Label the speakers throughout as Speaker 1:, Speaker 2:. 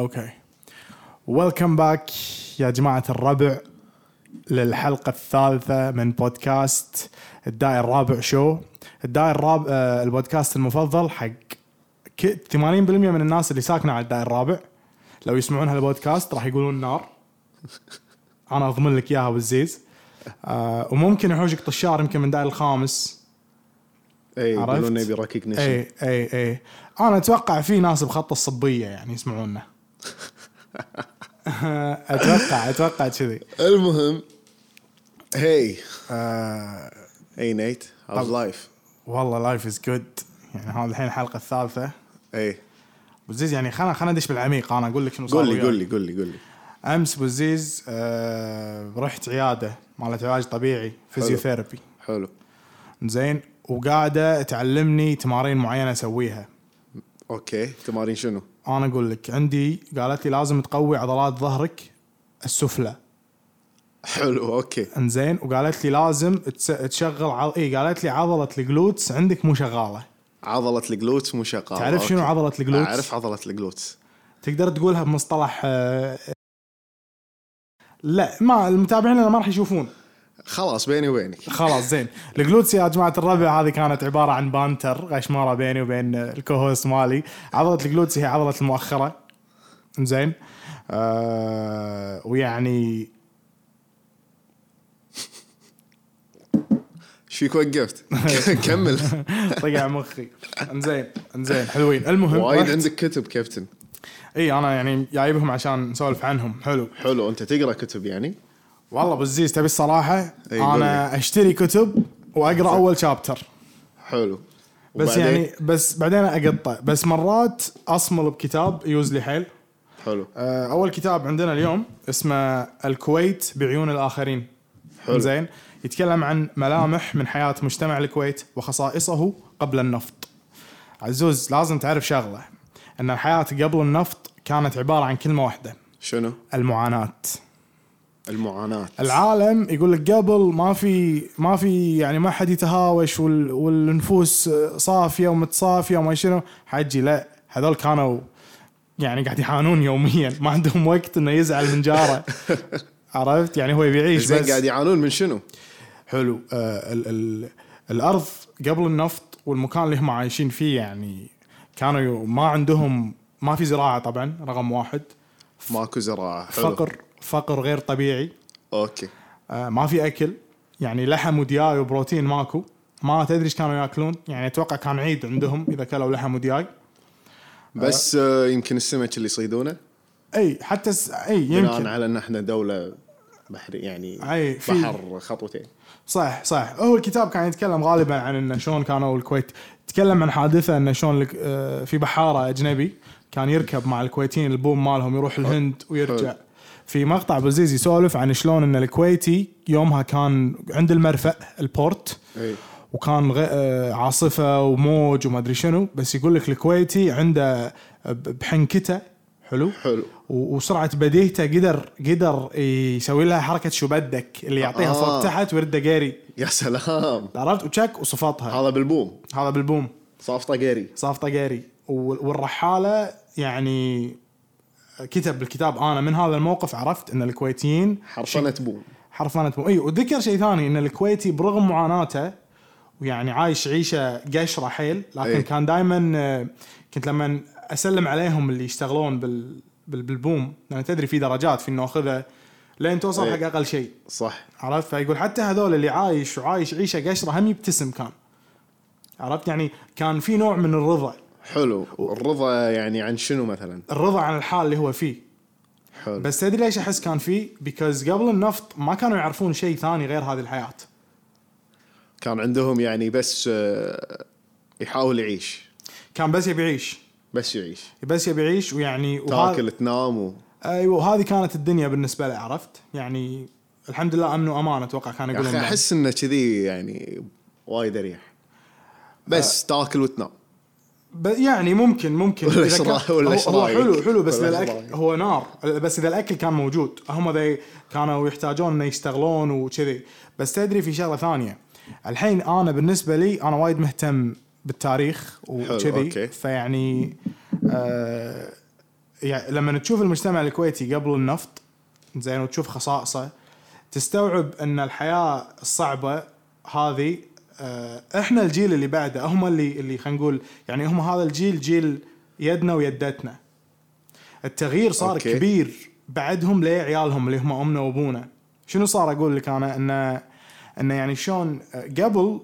Speaker 1: اوكي ويلكم باك يا جماعة الربع للحلقة الثالثة من بودكاست الداير الرابع شو الداير الرابع آه، البودكاست المفضل حق ك- 80% من الناس اللي ساكنة على الداير الرابع لو يسمعون هالبودكاست راح يقولون نار انا اضمن لك اياها بالزيز آه وممكن يحوجك طشار يمكن من داير الخامس
Speaker 2: اي
Speaker 1: عرفت؟
Speaker 2: إيه،
Speaker 1: إيه.
Speaker 2: يقولون نبي ريكوجنيشن
Speaker 1: اي اي اي انا اتوقع في ناس بخط الصبيه يعني يسمعونا اتوقع اتوقع كذي
Speaker 2: المهم هي
Speaker 1: آه
Speaker 2: اي نيت هاوز لايف
Speaker 1: والله لايف از جود يعني هذا الحين الحلقه الثالثه
Speaker 2: اي
Speaker 1: بوزيز يعني خلنا خلنا ندش بالعميق انا اقول لك شنو صار
Speaker 2: إيه. قول لي
Speaker 1: وياي.
Speaker 2: قول لي قول لي قول لي
Speaker 1: امس بوزيز آه رحت عياده مالت علاج طبيعي فيزيوثيرابي
Speaker 2: حلو
Speaker 1: زين وقاعده تعلمني تمارين معينه اسويها
Speaker 2: اوكي تمارين شنو؟
Speaker 1: انا اقول لك عندي قالت لي لازم تقوي عضلات ظهرك السفلى
Speaker 2: حلو اوكي
Speaker 1: انزين وقالت لي لازم تس- تشغل عض... اي قالت لي عضله الجلوتس عندك مو شغاله
Speaker 2: عضلة الجلوتس مو شغالة
Speaker 1: تعرف شنو
Speaker 2: آه، أوكي.
Speaker 1: عضله الجلوتس
Speaker 2: اعرف عضلة الجلوتس
Speaker 1: تقدر تقولها بمصطلح آه، لا ما المتابعين أنا ما راح يشوفون
Speaker 2: خلاص بيني وبينك
Speaker 1: خلاص زين الجلوتس يا جماعه الربع هذه كانت عباره عن بانتر غشمره بيني وبين الكوهوست مالي عضله الجلوتس هي عضله المؤخره زين آه ويعني
Speaker 2: ايش فيك وقفت؟ كمل
Speaker 1: طقع مخي انزين انزين حلوين المهم
Speaker 2: وايد
Speaker 1: رحت-
Speaker 2: عندك كتب كابتن
Speaker 1: اي انا يعني جايبهم عشان نسولف عنهم حلو
Speaker 2: حلو انت تقرا كتب يعني؟
Speaker 1: والله بالزيز تبي الصراحه
Speaker 2: إي، قول
Speaker 1: انا اشتري كتب واقرا اول شابتر
Speaker 2: حلو
Speaker 1: بس
Speaker 2: وبعدين؟
Speaker 1: يعني بس بعدين اقطع بس مرات اصمل بكتاب يوز لي حيل
Speaker 2: حلو
Speaker 1: آه، اول كتاب عندنا اليوم اسمه الكويت بعيون الاخرين
Speaker 2: حلو.
Speaker 1: زين يتكلم عن ملامح من حياه مجتمع الكويت وخصائصه قبل النفط عزوز لازم تعرف شغله ان الحياه قبل النفط كانت عباره عن كلمه واحده
Speaker 2: شنو؟
Speaker 1: المعاناه
Speaker 2: المعاناة
Speaker 1: العالم يقول لك قبل ما في ما في يعني ما حد يتهاوش وال والنفوس صافيه ومتصافيه وما شنو حجي لا هذول كانوا يعني قاعد يعانون يوميا ما عندهم وقت انه يزعل من جاره عرفت يعني هو بيعيش
Speaker 2: زين
Speaker 1: بس
Speaker 2: قاعد يعانون من شنو؟
Speaker 1: حلو آه ال ال الارض قبل النفط والمكان اللي هم عايشين فيه يعني كانوا يو- ما عندهم ما في زراعه طبعا رقم واحد
Speaker 2: ماكو زراعة حلو
Speaker 1: فقر فقر غير طبيعي
Speaker 2: اوكي
Speaker 1: آه، ما في اكل يعني لحم ودياي وبروتين ماكو ما تدري ايش كانوا ياكلون يعني اتوقع كان عيد عندهم اذا كلوا لحم ودياي
Speaker 2: بس آه، يمكن السمك اللي يصيدونه
Speaker 1: اي حتى س... اي
Speaker 2: بناء
Speaker 1: يمكن
Speaker 2: على ان احنا دولة بحرية يعني
Speaker 1: اي في
Speaker 2: بحر خطوتين
Speaker 1: صح صح هو الكتاب كان يتكلم غالبا عن انه شلون كانوا الكويت تكلم عن حادثه انه شلون الك- آه، في بحاره اجنبي كان يركب مع الكويتيين البوم مالهم يروح الهند ويرجع
Speaker 2: حلو.
Speaker 1: في مقطع ابو زيز يسولف عن شلون ان الكويتي يومها كان عند المرفأ البورت
Speaker 2: اي
Speaker 1: وكان غ... آه، عاصفه وموج وما ادري شنو بس يقول لك الكويتي عنده ب- بحنكته حلو
Speaker 2: حلو
Speaker 1: و- وسرعه بديهته قدر قدر يسوي لها حركه شبدك اللي يعطيها
Speaker 2: آه.
Speaker 1: فوق تحت ويرده قاري
Speaker 2: يا سلام
Speaker 1: عرفت وتشك وصفطها
Speaker 2: هذا بالبوم
Speaker 1: هذا بالبوم
Speaker 2: صافطة قاري
Speaker 1: صافطه قاري وال- والرحاله يعني كتب بالكتاب انا من هذا الموقف عرفت ان الكويتيين
Speaker 2: حرفنة بوم
Speaker 1: حرفانة بوم اي إيه، وذكر شيء ثاني ان الكويتي برغم معاناته ويعني عايش عيشه قشره حيل لكن
Speaker 2: إي.
Speaker 1: أي. كان دائما كنت لما اسلم عليهم اللي يشتغلون بال بال- بالبوم لان تدري في درجات في انه اخذها لين توصل
Speaker 2: إي.
Speaker 1: حق اقل شيء
Speaker 2: صح
Speaker 1: عرفت فيقول حتى هذول اللي عايش وعايش عيشه قشره هم يبتسم كان عرفت يعني كان في نوع من الرضا
Speaker 2: حلو الرضا يعني عن شنو مثلا
Speaker 1: الرضا عن الحال اللي هو فيه
Speaker 2: حلو
Speaker 1: بس تدري ليش احس كان فيه بيكوز قبل النفط ما كانوا يعرفون شيء ثاني غير هذه الحياه
Speaker 2: كان عندهم يعني بس آه، يحاول يعيش
Speaker 1: كان بس يبي يعيش
Speaker 2: بس يعيش
Speaker 1: بس يبي يعيش ويعني وهذا-
Speaker 2: تاكل تنام و...
Speaker 1: ايوه وهذه كانت الدنيا بالنسبه له عرفت يعني الحمد لله امن وامان اتوقع كان
Speaker 2: يا
Speaker 1: يقولون
Speaker 2: اخي
Speaker 1: بعد.
Speaker 2: احس انه كذي يعني وايد اريح بس
Speaker 1: آه.
Speaker 2: تاكل وتنام
Speaker 1: ب- يعني ممكن ممكن
Speaker 2: ولا
Speaker 1: إذا
Speaker 2: إيش
Speaker 1: كان-
Speaker 2: رأي- ولا
Speaker 1: هو-
Speaker 2: إيش
Speaker 1: هو
Speaker 2: رأيك؟
Speaker 1: حلو حلو بس
Speaker 2: ولا
Speaker 1: اذا
Speaker 2: إيش
Speaker 1: الاكل
Speaker 2: رأيك؟
Speaker 1: هو نار بس اذا الاكل كان موجود هم ذي كانوا يحتاجون انه يشتغلون وكذي بس تدري في شغله ثانيه الحين انا بالنسبه لي انا وايد مهتم بالتاريخ
Speaker 2: حلو،
Speaker 1: وكذي
Speaker 2: أوكي.
Speaker 1: فيعني آه يعني لما تشوف المجتمع الكويتي قبل النفط زين وتشوف خصائصه تستوعب ان الحياه الصعبه هذه آه، احنا الجيل اللي بعده هم اللي اللي خلينا نقول يعني هم هذا الجيل جيل يدنا ويدتنا التغيير صار أوكي.
Speaker 2: أوكي.
Speaker 1: كبير بعدهم ليه عيالهم اللي هم امنا وابونا شنو صار اقول لك انا انه انه يعني شلون آه، قبل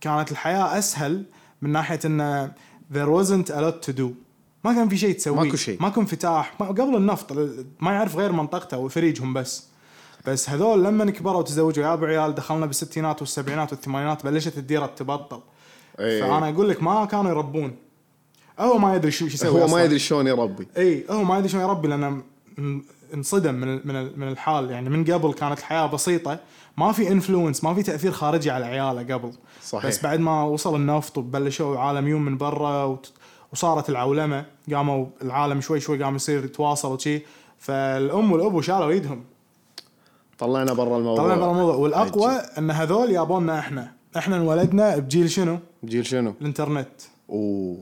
Speaker 1: كانت الحياه اسهل من ناحيه انه there wasn't a lot to do ما كان في شيء تسويه
Speaker 2: ماكو شيء.
Speaker 1: ماكو انفتاح ما قبل النفط ما يعرف غير منطقته وفريجهم بس بس هذول لما كبروا وتزوجوا يا ابو عيال دخلنا بالستينات والسبعينات والثمانينات بلشت الديره تبطل
Speaker 2: إيه.
Speaker 1: فانا اقول لك ما كانوا يربون هو ما يدري شو شو يسوي
Speaker 2: هو
Speaker 1: أصلاً.
Speaker 2: ما يدري شلون يربي
Speaker 1: اي هو ما يدري شلون يربي لانه م- انصدم من ال- من ال- من الحال يعني من قبل كانت الحياه بسيطه ما في انفلونس ما في تاثير خارجي على عياله قبل
Speaker 2: صحيح.
Speaker 1: بس بعد ما وصل النفط وبلشوا عالميون من برا وت- وصارت العولمه قاموا العالم شوي شوي قام يصير يتواصل وشي فالام والابو شالوا ايدهم
Speaker 2: طلعنا برا الموضوع
Speaker 1: طلعنا برا الموضوع والاقوى ان هذول يابونا احنا احنا انولدنا بجيل شنو؟
Speaker 2: جيل شنو؟
Speaker 1: الانترنت
Speaker 2: اوه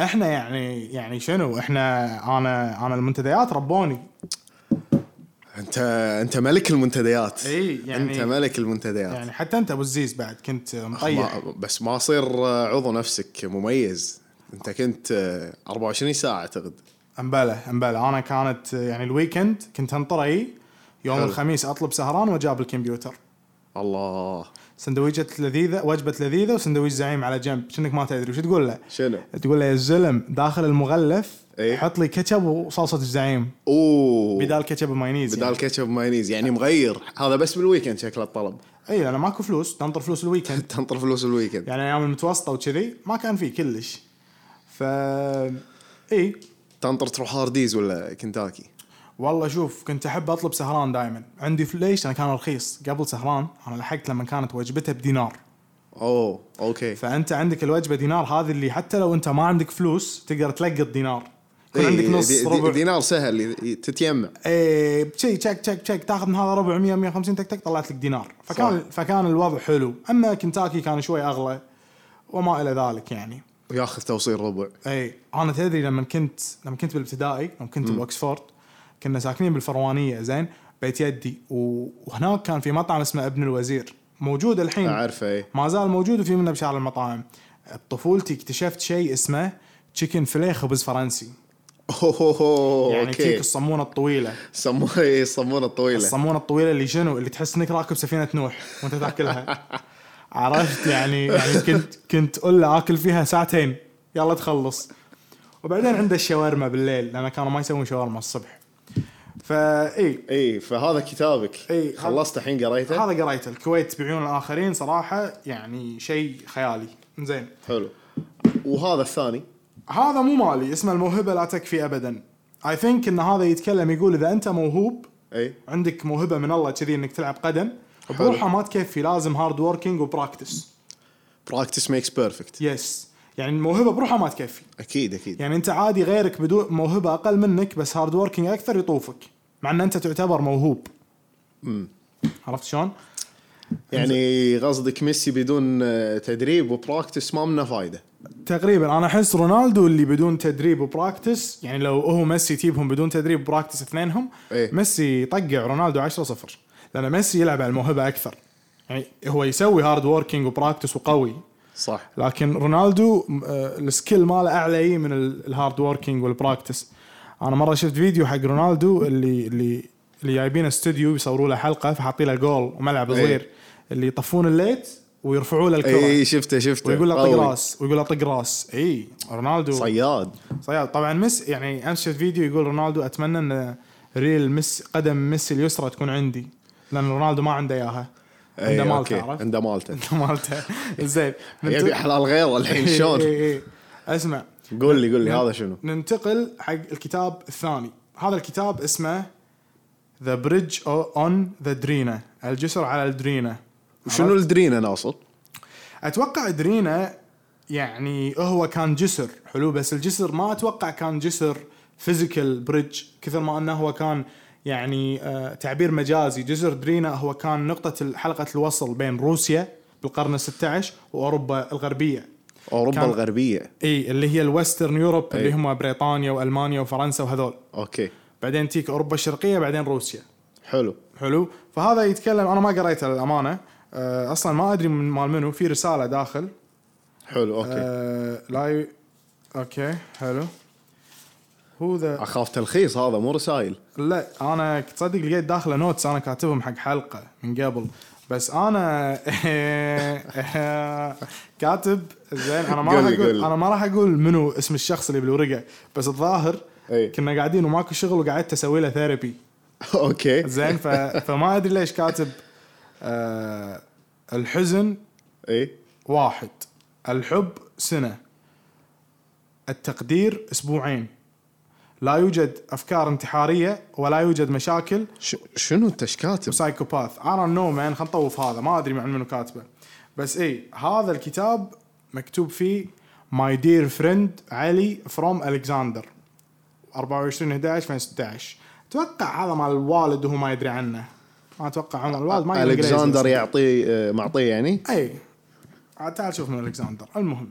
Speaker 1: احنا يعني يعني شنو احنا انا انا المنتديات ربوني
Speaker 2: انت انت ملك المنتديات
Speaker 1: إي، يعني-
Speaker 2: انت ملك المنتديات
Speaker 1: يعني طيب. حتى انت ابو الزيز بعد كنت مطيح
Speaker 2: ما بس ما صير عضو نفسك مميز انت كنت آه، 24 ساعه اعتقد
Speaker 1: امبلا امبلا انا كانت يعني الويكند كنت انطر اي يوم
Speaker 2: حلو.
Speaker 1: الخميس اطلب سهران واجاب الكمبيوتر
Speaker 2: الله
Speaker 1: سندويجة لذيذة وجبة لذيذة وسندويش زعيم على جنب شنك ما تدري وش تقول له
Speaker 2: شنو؟
Speaker 1: تقول له يا زلم داخل المغلف
Speaker 2: إيه.
Speaker 1: حط لي كاتشب وصلصة الزعيم
Speaker 2: اوه بدال
Speaker 1: بدال كاتشب ومايونيز
Speaker 2: بدال كاتشب مايونيز يعني مغير هذا بس بالويكند شكله الطلب
Speaker 1: يعني. اي انا ماكو فلوس تنطر فلوس الويكند
Speaker 2: تنطر فلوس الويكند
Speaker 1: يعني ايام المتوسطه وكذي ما كان في كلش ف اي
Speaker 2: تنطر تروح هارديز ولا كنتاكي
Speaker 1: والله شوف كنت احب اطلب سهران دائما عندي ف- ليش انا كان رخيص قبل سهران انا لحقت لما كانت وجبتها بدينار
Speaker 2: اوه اوكي
Speaker 1: فانت عندك الوجبه دينار هذه اللي حتى لو انت ما عندك فلوس تقدر تلقط دينار يكون
Speaker 2: إي،
Speaker 1: عندك نص
Speaker 2: إيه، دي- دي-
Speaker 1: ربع
Speaker 2: دينار سهل ي- ي- تتيمع
Speaker 1: ايه شي تشك تشك تشك تاخذ من هذا ربع 100 150 تك تك طلعت لك دينار فكان
Speaker 2: صح.
Speaker 1: فكان الوضع حلو اما كنتاكي كان شوي اغلى وما الى ذلك يعني
Speaker 2: وياخذ توصيل ربع
Speaker 1: اي انا تدري لما كنت لما كنت بالابتدائي لما كنت باوكسفورد كنا ساكنين بالفروانيه زين بيت يدي و- وهناك كان في مطعم اسمه ابن الوزير موجود الحين
Speaker 2: اعرفه اي
Speaker 1: ما زال موجود وفي منه بشعر المطاعم بطفولتي اكتشفت شيء اسمه تشيكن فيليه خبز فرنسي
Speaker 2: اوه
Speaker 1: يعني تجيك
Speaker 2: اوكي
Speaker 1: الصمونه الطويله
Speaker 2: سموه إي، الصمونه الطويله
Speaker 1: الصمونه الطويله اللي شنو اللي تحس انك راكب سفينه نوح وانت تاكلها عرفت يعني يعني كنت كنت قله اكل فيها ساعتين يلا تخلص وبعدين عنده الشاورما بالليل لان كانوا ما يسوون شاورما الصبح فاي
Speaker 2: اي إيه، فهذا كتابك
Speaker 1: إي، إيه، هذا-
Speaker 2: خلصت الحين قريته
Speaker 1: هذا قريته الكويت بعيون الاخرين صراحه يعني شيء خيالي زين
Speaker 2: حلو وهذا الثاني
Speaker 1: هذا مو مالي اسمه الموهبه لا تكفي ابدا اي ثينك ان هذا يتكلم يقول اذا انت موهوب
Speaker 2: اي
Speaker 1: عندك موهبه من الله كذي انك تلعب قدم
Speaker 2: حلو.
Speaker 1: بروحها ما تكفي لازم هارد ووركينج وبراكتس
Speaker 2: براكتس ميكس بيرفكت
Speaker 1: يس يعني الموهبه بروحها ما تكفي
Speaker 2: اكيد اكيد
Speaker 1: يعني انت عادي غيرك بدون موهبه اقل منك بس هارد ووركينج اكثر يطوفك مع ان انت تعتبر موهوب عرفت شلون؟
Speaker 2: يعني قصدك ميسي بدون آه، تدريب وبراكتس ما منه فايده
Speaker 1: تقريبا انا احس رونالدو اللي بدون تدريب وبراكتس يعني لو هو ميسي تجيبهم بدون تدريب وبراكتس اثنينهم
Speaker 2: إيه.
Speaker 1: ميسي يطقع رونالدو 10 0 لان ميسي يلعب على الموهبه اكثر يعني هو يسوي هارد ووركينج وبراكتس وقوي
Speaker 2: صح
Speaker 1: لكن رونالدو م- آه، السكيل ماله اعلى إيه من ال- الهارد ووركينج والبراكتس انا مره شفت فيديو حق رونالدو اللي اللي اللي جايبين استوديو يصوروا له حلقه فحاطين له جول وملعب
Speaker 2: إيه.
Speaker 1: صغير اللي يطفون الليت ويرفعوا له الكره
Speaker 2: اي إيه، شفته شفته
Speaker 1: ويقول له
Speaker 2: قوي.
Speaker 1: طق راس ويقول له طق راس اي رونالدو
Speaker 2: صياد
Speaker 1: صياد طبعا ميسي يعني امس شفت فيديو يقول رونالدو اتمنى ان ريل ميسي قدم ميسي اليسرى تكون عندي لان رونالدو ما عنده اياها عنده
Speaker 2: إي،
Speaker 1: مالته
Speaker 2: إيه، أوكي. يعني
Speaker 1: عرفت؟
Speaker 2: عنده مالته
Speaker 1: مالته زين
Speaker 2: يبي حلال غيره
Speaker 1: إيه،
Speaker 2: الحين شلون
Speaker 1: إي إي إي. اسمع
Speaker 2: قول لي قول لي هذا شنو
Speaker 1: ننتقل حق الكتاب الثاني هذا الكتاب اسمه ذا بريدج اون ذا درينا الجسر على الدرينا
Speaker 2: وشنو الدرينا ناصر
Speaker 1: اتوقع درينا يعني هو كان جسر حلو بس الجسر ما اتوقع كان جسر فيزيكال بريدج كثر ما انه هو كان يعني آه، تعبير مجازي جسر درينا هو كان نقطة حلقة الوصل بين روسيا بالقرن ال 16 واوروبا الغربية
Speaker 2: اوروبا
Speaker 1: كان-
Speaker 2: الغربيه
Speaker 1: اي اللي هي الويسترن يوروب اللي
Speaker 2: إي.
Speaker 1: هم بريطانيا والمانيا وفرنسا وهذول
Speaker 2: اوكي
Speaker 1: بعدين تيك اوروبا الشرقيه بعدين روسيا
Speaker 2: حلو
Speaker 1: حلو فهذا يتكلم انا ما قريته للامانه أه، اصلا ما ادري من مال منو في رساله داخل
Speaker 2: حلو اوكي
Speaker 1: أه لا ي... اوكي حلو هو ذا
Speaker 2: اخاف تلخيص هذا مو رسائل
Speaker 1: لا انا تصدق لقيت داخله نوتس انا كاتبهم حق حلقه من قبل بس انا كاتب زين انا ما
Speaker 2: قول
Speaker 1: راح
Speaker 2: لي، قول
Speaker 1: اقول
Speaker 2: لي.
Speaker 1: انا ما راح اقول منو اسم الشخص اللي بالورقه بس الظاهر
Speaker 2: إي.
Speaker 1: كنا قاعدين وماكو شغل وقعدت اسوي له ثيرابي
Speaker 2: اوكي
Speaker 1: زين ف... فما ادري ليش كاتب آه الحزن
Speaker 2: اي
Speaker 1: واحد الحب سنة التقدير أسبوعين لا يوجد أفكار انتحارية ولا يوجد مشاكل
Speaker 2: ش... شنو انت ايش كاتب؟
Speaker 1: سايكوباث I don't know man خلنا نطوف هذا ما أدري مع منو كاتبه بس إي هذا الكتاب مكتوب فيه My dear friend علي from Alexander 24 11 2016 أتوقع هذا مال الوالد وهو ما يدري عنه ما أتوقع عمر الوالد ما يدري
Speaker 2: الكسندر
Speaker 1: إنجليزي.
Speaker 2: يعطيه آه، معطيه يعني
Speaker 1: اي عاد آه، تعال شوف من الكسندر المهم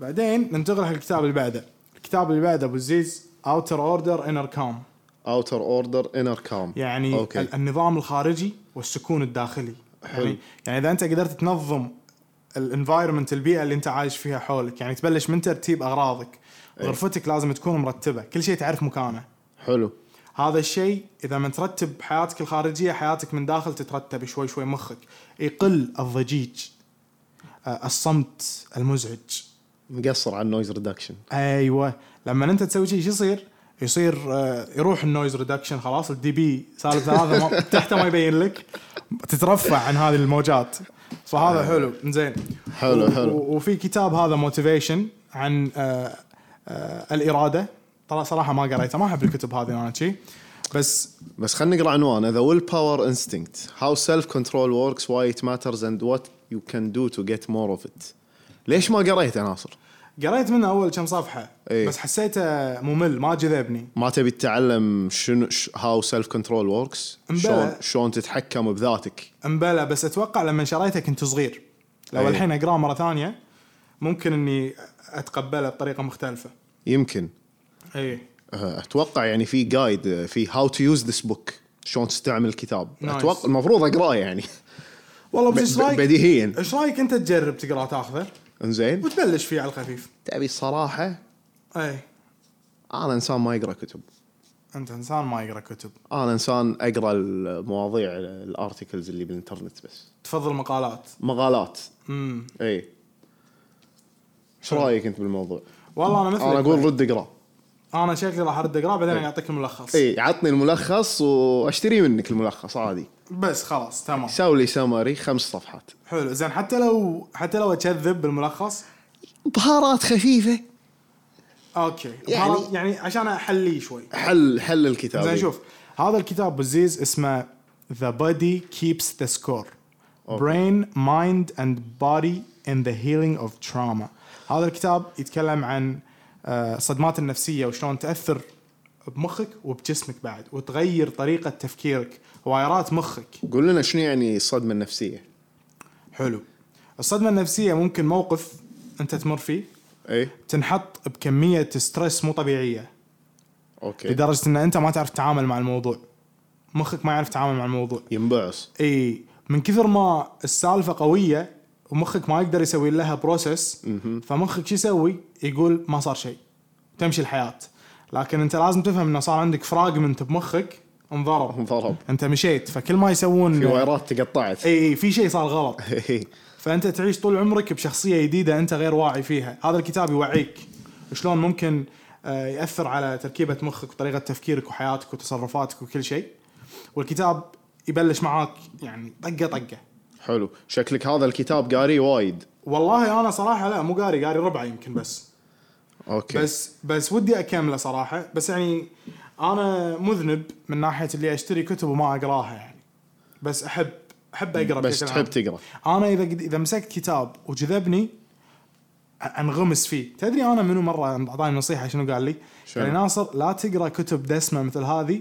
Speaker 1: بعدين ننتقل حق الكتاب اللي بعده الكتاب اللي بعده ابو الزيز اوتر اوردر انر كام
Speaker 2: اوتر اوردر انر كام
Speaker 1: يعني
Speaker 2: أوكي.
Speaker 1: ال- النظام الخارجي والسكون الداخلي
Speaker 2: حلو.
Speaker 1: يعني يعني اذا انت قدرت تنظم الانفايرمنت البيئه اللي انت عايش فيها حولك يعني تبلش من ترتيب اغراضك
Speaker 2: إيه.
Speaker 1: غرفتك لازم تكون مرتبه كل شيء تعرف مكانه
Speaker 2: حلو
Speaker 1: هذا الشيء اذا ما ترتب حياتك الخارجيه حياتك من داخل تترتب شوي شوي مخك يقل الضجيج آه، الصمت المزعج
Speaker 2: مقصر على النويز ريدكشن
Speaker 1: ايوه لما انت تسوي شيء شو يصير؟ يصير آه، يروح النويز ريدكشن خلاص الدي بي صار له ثلاثه ما- تحته ما يبين لك تترفع عن هذه الموجات فهذا حلو زين
Speaker 2: آه. حلو، حلو.
Speaker 1: و- وفي كتاب هذا موتيفيشن عن آه، آه، الاراده ترى صراحه ما قريته ما احب الكتب هذه انا شي بس
Speaker 2: بس خلينا نقرا عنوانه ذا ويل باور انستنكت هاو سيلف كنترول وركس واي ات ماترز اند وات يو كان دو تو جيت مور اوف ات ليش ما قريته ناصر؟
Speaker 1: قريت منه اول كم صفحه
Speaker 2: إيه.
Speaker 1: بس حسيته ممل ما جذبني
Speaker 2: ما تبي تتعلم شنو هاو سيلف كنترول وركس
Speaker 1: مبلى.
Speaker 2: شلون شلون تتحكم بذاتك
Speaker 1: امبلى بس اتوقع لما شريته كنت صغير لو
Speaker 2: إيه.
Speaker 1: الحين اقراه مره ثانيه ممكن اني اتقبله بطريقه مختلفه
Speaker 2: يمكن
Speaker 1: اي
Speaker 2: أه، اتوقع يعني في جايد في هاو تو يوز ذس بوك شلون تستعمل الكتاب
Speaker 1: نايس.
Speaker 2: اتوقع المفروض اقراه يعني
Speaker 1: والله
Speaker 2: ب-
Speaker 1: بس ايش
Speaker 2: ب-
Speaker 1: رايك
Speaker 2: بديهيا
Speaker 1: ايش رايك انت تجرب تقراه تاخذه
Speaker 2: انزين
Speaker 1: وتبلش فيه على الخفيف
Speaker 2: تبي الصراحه
Speaker 1: اي
Speaker 2: انا انسان ما يقرا كتب
Speaker 1: انت انسان ما يقرا كتب
Speaker 2: انا انسان اقرا المواضيع الارتكلز اللي بالانترنت بس
Speaker 1: تفضل مقالات
Speaker 2: مقالات
Speaker 1: امم
Speaker 2: اي ايش رايك انت بالموضوع؟
Speaker 1: والله انا مثلك
Speaker 2: انا اقول رد اقرا
Speaker 1: انا شكلي راح ارد اقراه بعدين اعطيك الملخص
Speaker 2: اي عطني الملخص واشتري منك الملخص عادي
Speaker 1: بس خلاص تمام
Speaker 2: سوي لي سمري خمس صفحات
Speaker 1: حلو زين حتى لو حتى لو اكذب بالملخص
Speaker 2: بهارات خفيفه
Speaker 1: اوكي
Speaker 2: يعني-
Speaker 1: يعني يعني عشان احليه شوي
Speaker 2: حل حل الكتاب
Speaker 1: زين شوف هذا الكتاب بزيز اسمه The Body Keeps the Score Brain, Mind and Body in the Healing of Trauma هذا الكتاب يتكلم عن آه، الصدمات النفسية وشلون تأثر بمخك وبجسمك بعد وتغير طريقة تفكيرك وايرات مخك
Speaker 2: قول لنا شنو يعني الصدمه النفسيه؟
Speaker 1: حلو الصدمة النفسية ممكن موقف أنت تمر فيه
Speaker 2: اي
Speaker 1: تنحط بكمية ستريس مو طبيعية
Speaker 2: اوكي
Speaker 1: لدرجة أن أنت ما تعرف تتعامل مع الموضوع مخك ما يعرف يتعامل مع الموضوع
Speaker 2: ينبعث
Speaker 1: اي من كثر ما السالفه قويه ومخك ما يقدر يسوي لها بروسس فمخك شو يسوي؟ يقول ما صار شيء تمشي الحياه لكن انت لازم تفهم انه صار عندك فراجمنت بمخك انضرب
Speaker 2: انضرب
Speaker 1: انت مشيت فكل ما يسوون
Speaker 2: في
Speaker 1: اي
Speaker 2: وايرات تقطعت
Speaker 1: اي في شيء صار غلط
Speaker 2: إي.
Speaker 1: فانت تعيش طول عمرك بشخصيه جديده انت غير واعي فيها هذا الكتاب يوعيك شلون ممكن آه، ياثر على تركيبه مخك وطريقه تفكيرك وحياتك وتصرفاتك وكل شيء والكتاب يبلش معاك يعني طقه طقه
Speaker 2: حلو شكلك هذا الكتاب قاري وايد
Speaker 1: والله انا صراحه لا مو قاري قاري ربعه يمكن بس
Speaker 2: اوكي
Speaker 1: بس بس ودي اكمله صراحه بس يعني انا مذنب من ناحيه اللي اشتري كتب وما اقراها يعني بس احب احب اقرا
Speaker 2: بس
Speaker 1: بشكل عام.
Speaker 2: تحب تقرا
Speaker 1: انا اذا قد- اذا مسكت كتاب وجذبني أ- انغمس فيه تدري انا منو مره اعطاني نصيحه شنو قال لي
Speaker 2: شنو؟
Speaker 1: قال لي ناصر لا تقرا كتب دسمه مثل هذه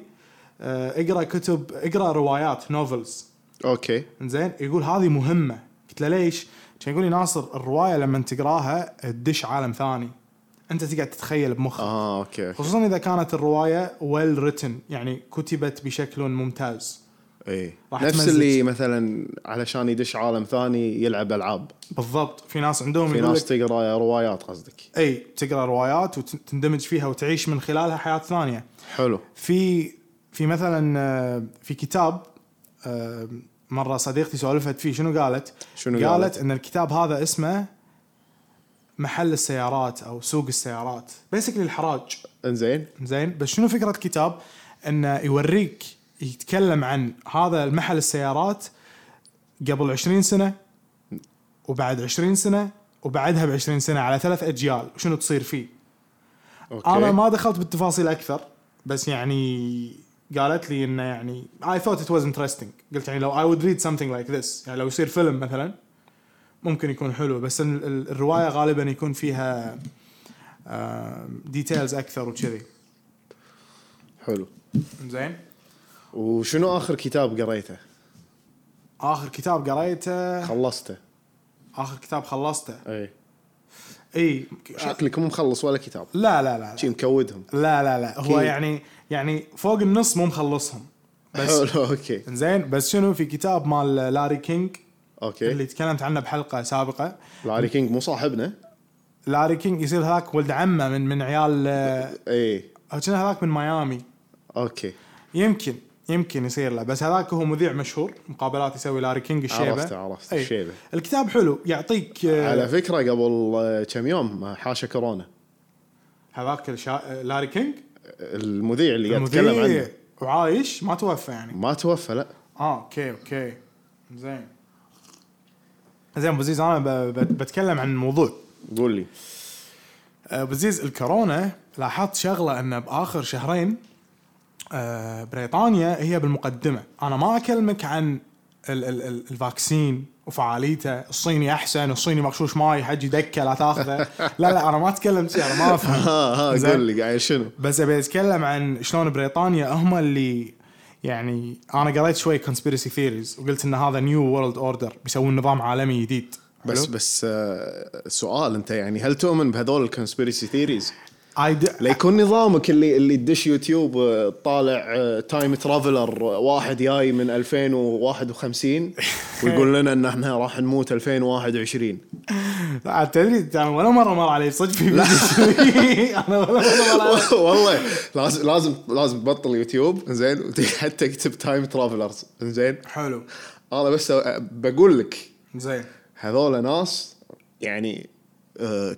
Speaker 1: آه، اقرا كتب اقرا روايات نوفلز
Speaker 2: اوكي
Speaker 1: زين يقول هذه مهمه قلت له ليش كان يقول لي ناصر الروايه لما تقراها تدش عالم ثاني انت تقعد تتخيل بمخك
Speaker 2: اه اوكي أوكي.
Speaker 1: خصوصا اذا كانت الروايه ويل ريتن يعني كتبت بشكل ممتاز
Speaker 2: اي
Speaker 1: راح
Speaker 2: إيه. نفس
Speaker 1: تمزج.
Speaker 2: اللي مثلا علشان يدش عالم ثاني يلعب العاب
Speaker 1: بالضبط في ناس عندهم
Speaker 2: في
Speaker 1: يقول
Speaker 2: ناس
Speaker 1: لك
Speaker 2: تقرا روايات قصدك
Speaker 1: اي تقرا روايات وتندمج فيها وتعيش من خلالها حياه ثانيه
Speaker 2: حلو
Speaker 1: في في مثلا آه، في كتاب آه، مره صديقتي سولفت فيه شنو قالت؟
Speaker 2: شنو
Speaker 1: قالت,
Speaker 2: قالت؟
Speaker 1: قالت ان الكتاب هذا اسمه محل السيارات او سوق السيارات بيسكلي الحراج
Speaker 2: انزين
Speaker 1: زين بس شنو فكره الكتاب انه يوريك يتكلم عن هذا المحل السيارات قبل 20 سنه وبعد 20 سنه وبعدها ب 20 سنه على ثلاث اجيال شنو تصير فيه
Speaker 2: اوكي
Speaker 1: انا ما دخلت بالتفاصيل اكثر بس يعني قالت لي انه يعني I thought it was interesting قلت يعني لو I would read something like this يعني لو يصير فيلم مثلا ممكن يكون حلو بس ال- ال- الروايه غالبا يكون فيها ديتيلز اكثر وكذي
Speaker 2: حلو
Speaker 1: زين
Speaker 2: وشنو اخر كتاب قريته؟
Speaker 1: اخر كتاب قريته
Speaker 2: خلصته
Speaker 1: اخر كتاب خلصته
Speaker 2: اي
Speaker 1: اي
Speaker 2: شكلك مو مخلص ولا كتاب
Speaker 1: لا لا لا
Speaker 2: شي مكودهم
Speaker 1: لا لا لا هو
Speaker 2: كي.
Speaker 1: يعني يعني فوق النص مو مخلصهم بس
Speaker 2: حلو اوكي
Speaker 1: زين بس شنو في كتاب مال لاري كينج اللي
Speaker 2: اوكي
Speaker 1: تكلمت عنه بحلقه سابقه
Speaker 2: لاري كينج مو صاحبنا
Speaker 1: لاري كينج يصير هذاك ولد عمه من من عيال آه،
Speaker 2: اي
Speaker 1: هو كان هذاك من ميامي
Speaker 2: اوكي
Speaker 1: يمكن يمكن يصير له بس هذاك هو مذيع مشهور مقابلات يسوي لاري كينج الشيبه
Speaker 2: عرفته عرفته
Speaker 1: أي.
Speaker 2: الشيبه
Speaker 1: الكتاب حلو يعطيك آه،
Speaker 2: على فكره قبل آه، كم يوم حاشا كورونا
Speaker 1: هذاك الشا... لاري كينج
Speaker 2: المذيع اللي قاعد يتكلم عنه
Speaker 1: وعايش ما توفى يعني
Speaker 2: ما توفى لا
Speaker 1: اه اوكي اوكي زين زين ابو زيز انا ب... ب... بتكلم عن موضوع
Speaker 2: قول لي
Speaker 1: آه، بزيز الكورونا لاحظت شغله انه باخر شهرين آه، بريطانيا هي بالمقدمه، انا ما اكلمك عن ال ال ال الفاكسين وفعاليته، الصيني احسن، الصيني مغشوش ماي حجي دكه لا تاخذه، لا لا انا ما اتكلم شيء انا ما افهم،
Speaker 2: ها ها
Speaker 1: زين.
Speaker 2: آه، قول لي قاعد شنو
Speaker 1: بس ابي اتكلم عن شلون بريطانيا هم اللي يعني انا قريت شوي كونسبيرسي ثيريز وقلت ان هذا نيو وورلد اوردر بيسوون نظام عالمي جديد
Speaker 2: بس بس آه، سؤال انت يعني هل تؤمن بهذول الكونسبيرسي ثيريز؟
Speaker 1: I
Speaker 2: ليكون نظامك اللي اللي تدش يوتيوب آه، طالع آه، تايم ترافلر آه، واحد جاي من 2051 ويقول لنا ان احنا راح نموت 2021
Speaker 1: عاد تدري انا ولا مره مر علي صدق في انا ولا مره مر علي
Speaker 2: والله لازم لازم لازم تبطل يوتيوب زين وتقعد تكتب تايم ترافلرز زين
Speaker 1: حلو
Speaker 2: انا بس أ- بقول لك
Speaker 1: زين
Speaker 2: هذول ناس يعني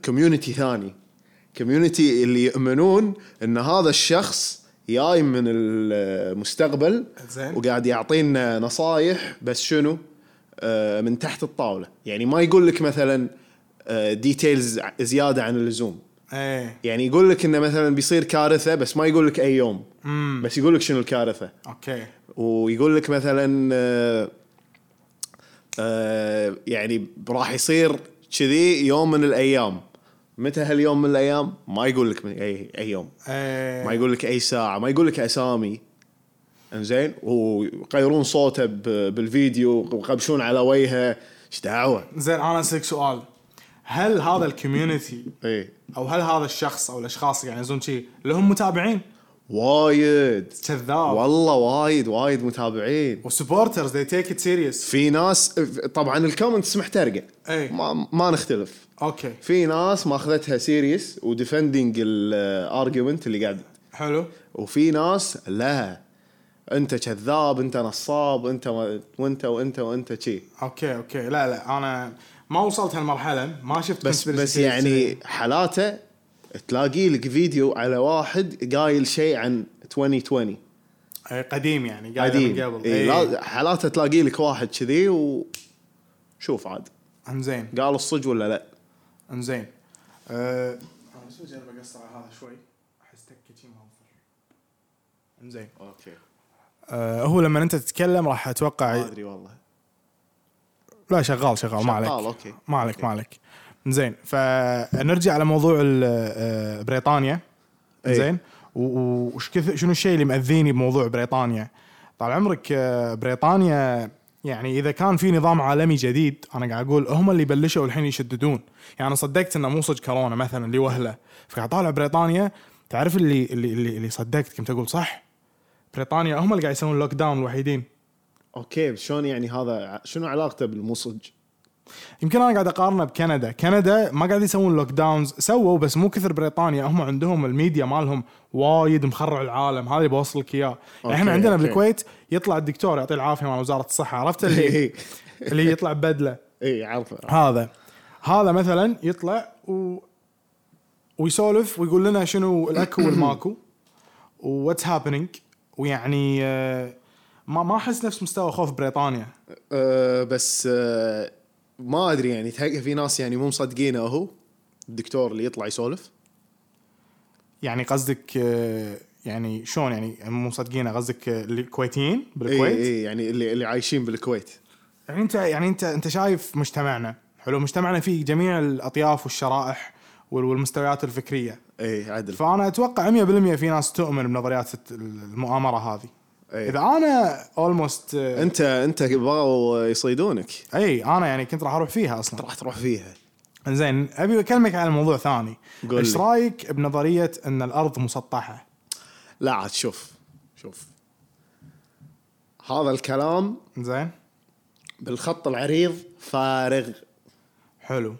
Speaker 2: كوميونتي ثاني كوميونتي اللي يؤمنون ان هذا الشخص جاي من المستقبل
Speaker 1: زين.
Speaker 2: وقاعد يعطينا نصايح بس شنو آه، من تحت الطاوله يعني ما يقول لك مثلا ديتيلز زياده عن اللزوم
Speaker 1: ايه
Speaker 2: يعني يقول لك انه مثلا بيصير كارثه بس ما يقول لك اي يوم
Speaker 1: امم
Speaker 2: بس يقول لك شنو الكارثه
Speaker 1: اوكي
Speaker 2: ويقول لك مثلا آه، آه، يعني راح يصير كذي يوم من الايام متى هاليوم من الايام ما يقول لك من اي اي يوم ما
Speaker 1: ايه
Speaker 2: يقول لك اي ساعه ما يقول لك اسامي انزين ويقيرون صوته ب- بالفيديو ويقبشون على وجهه ايش دعوه
Speaker 1: زين انا اسالك سؤال هل هذا الكوميونتي
Speaker 2: اي
Speaker 1: او هل هذا الشخص او الاشخاص يعني يزون شي لهم متابعين
Speaker 2: وايد
Speaker 1: كذاب
Speaker 2: والله وايد وايد متابعين
Speaker 1: وسبورترز they take it serious
Speaker 2: في ناس طبعا الكومنتس محترقه
Speaker 1: إيه.
Speaker 2: ما ما نختلف
Speaker 1: اوكي
Speaker 2: في ناس ماخذتها سيريس وديفندنج الارجيومنت اللي قاعد
Speaker 1: حلو
Speaker 2: وفي ناس لا انت كذاب انت نصاب انت ما- وانت وانت وانت شي
Speaker 1: اوكي اوكي لا لا انا ما وصلت هالمرحله ما شفت
Speaker 2: بس
Speaker 1: conspiracy
Speaker 2: بس
Speaker 1: theories.
Speaker 2: يعني حالاته تلاقي لك فيديو على واحد قايل شيء عن 2020
Speaker 1: إيه، قديم يعني قاعد
Speaker 2: قديم
Speaker 1: من قبل
Speaker 2: إي،
Speaker 1: إيه.
Speaker 2: لا- حالاته تلاقي لك واحد كذي وشوف عاد
Speaker 1: انزين
Speaker 2: قال الصج ولا لا
Speaker 1: انزين أه... انا بس بجرب اقصر على هذا شوي احس تكي شي منظر انزين
Speaker 2: اوكي
Speaker 1: أه هو لما انت تتكلم راح
Speaker 2: ما
Speaker 1: اتوقع
Speaker 2: ادري والله
Speaker 1: لا شغال شغال ما
Speaker 2: شغال،
Speaker 1: عليك
Speaker 2: اوكي
Speaker 1: ما عليك ما عليك زين فنرجع على موضوع ال- آه، بريطانيا
Speaker 2: إيه.
Speaker 1: زين وش كثر شنو الشيء اللي مأذيني بموضوع بريطانيا طال عمرك آه، بريطانيا يعني اذا كان في نظام عالمي جديد انا قاعد اقول هم اللي بلشوا الحين يشددون يعني انا صدقت انه مو صج كورونا مثلا اللي وهله فقاعد طالع بريطانيا تعرف اللي اللي اللي, اللي صدقت كنت اقول صح بريطانيا هم اللي قاعد يسوون لوك داون الوحيدين
Speaker 2: اوكي بس شلون يعني هذا ع- شنو علاقته بالمصج؟
Speaker 1: يمكن انا قاعد اقارنه بكندا، كندا ما قاعد يسوون لوك داونز، سووا بس مو كثر بريطانيا هم عندهم الميديا مالهم وايد مخرع العالم، هذا اللي بوصلك اياه، يعني احنا
Speaker 2: أوكي،
Speaker 1: عندنا
Speaker 2: أوكي.
Speaker 1: بالكويت يطلع الدكتور يعطيه العافيه مال وزاره الصحه، عرفت اللي
Speaker 2: اي
Speaker 1: اللي يطلع بدله
Speaker 2: اي عارفه
Speaker 1: هذا هذا مثلا يطلع و... ويسولف ويقول لنا شنو الاكو والماكو واتس هابينج ويعني آه، ما ما احس نفس مستوى خوف بريطانيا
Speaker 2: أه بس أه ما ادري يعني تهيأ في ناس يعني مو مصدقينه هو الدكتور اللي يطلع يسولف
Speaker 1: يعني قصدك آه، يعني شلون يعني مو صدقينه قصدك آه، الكويتيين
Speaker 2: اي
Speaker 1: بالكويت
Speaker 2: اي يعني اللي اللي عايشين بالكويت
Speaker 1: يعني انت يعني انت انت شايف مجتمعنا حلو مجتمعنا فيه جميع الاطياف والشرائح وال- والمستويات الفكريه
Speaker 2: اي إيه، عدل
Speaker 1: فانا اتوقع 100% في ناس تؤمن بنظريات الت- المؤامره هذه
Speaker 2: إيه.
Speaker 1: اذا انا اولموست
Speaker 2: انت انت باو يصيدونك
Speaker 1: اي انا يعني كنت راح اروح فيها اصلا
Speaker 2: راح تروح فيها
Speaker 1: زين ابي اكلمك على موضوع ثاني
Speaker 2: قول لي.
Speaker 1: ايش رايك بنظريه ان الارض مسطحه
Speaker 2: لا عاد شوف شوف هذا الكلام
Speaker 1: زين
Speaker 2: بالخط العريض فارغ
Speaker 1: حلو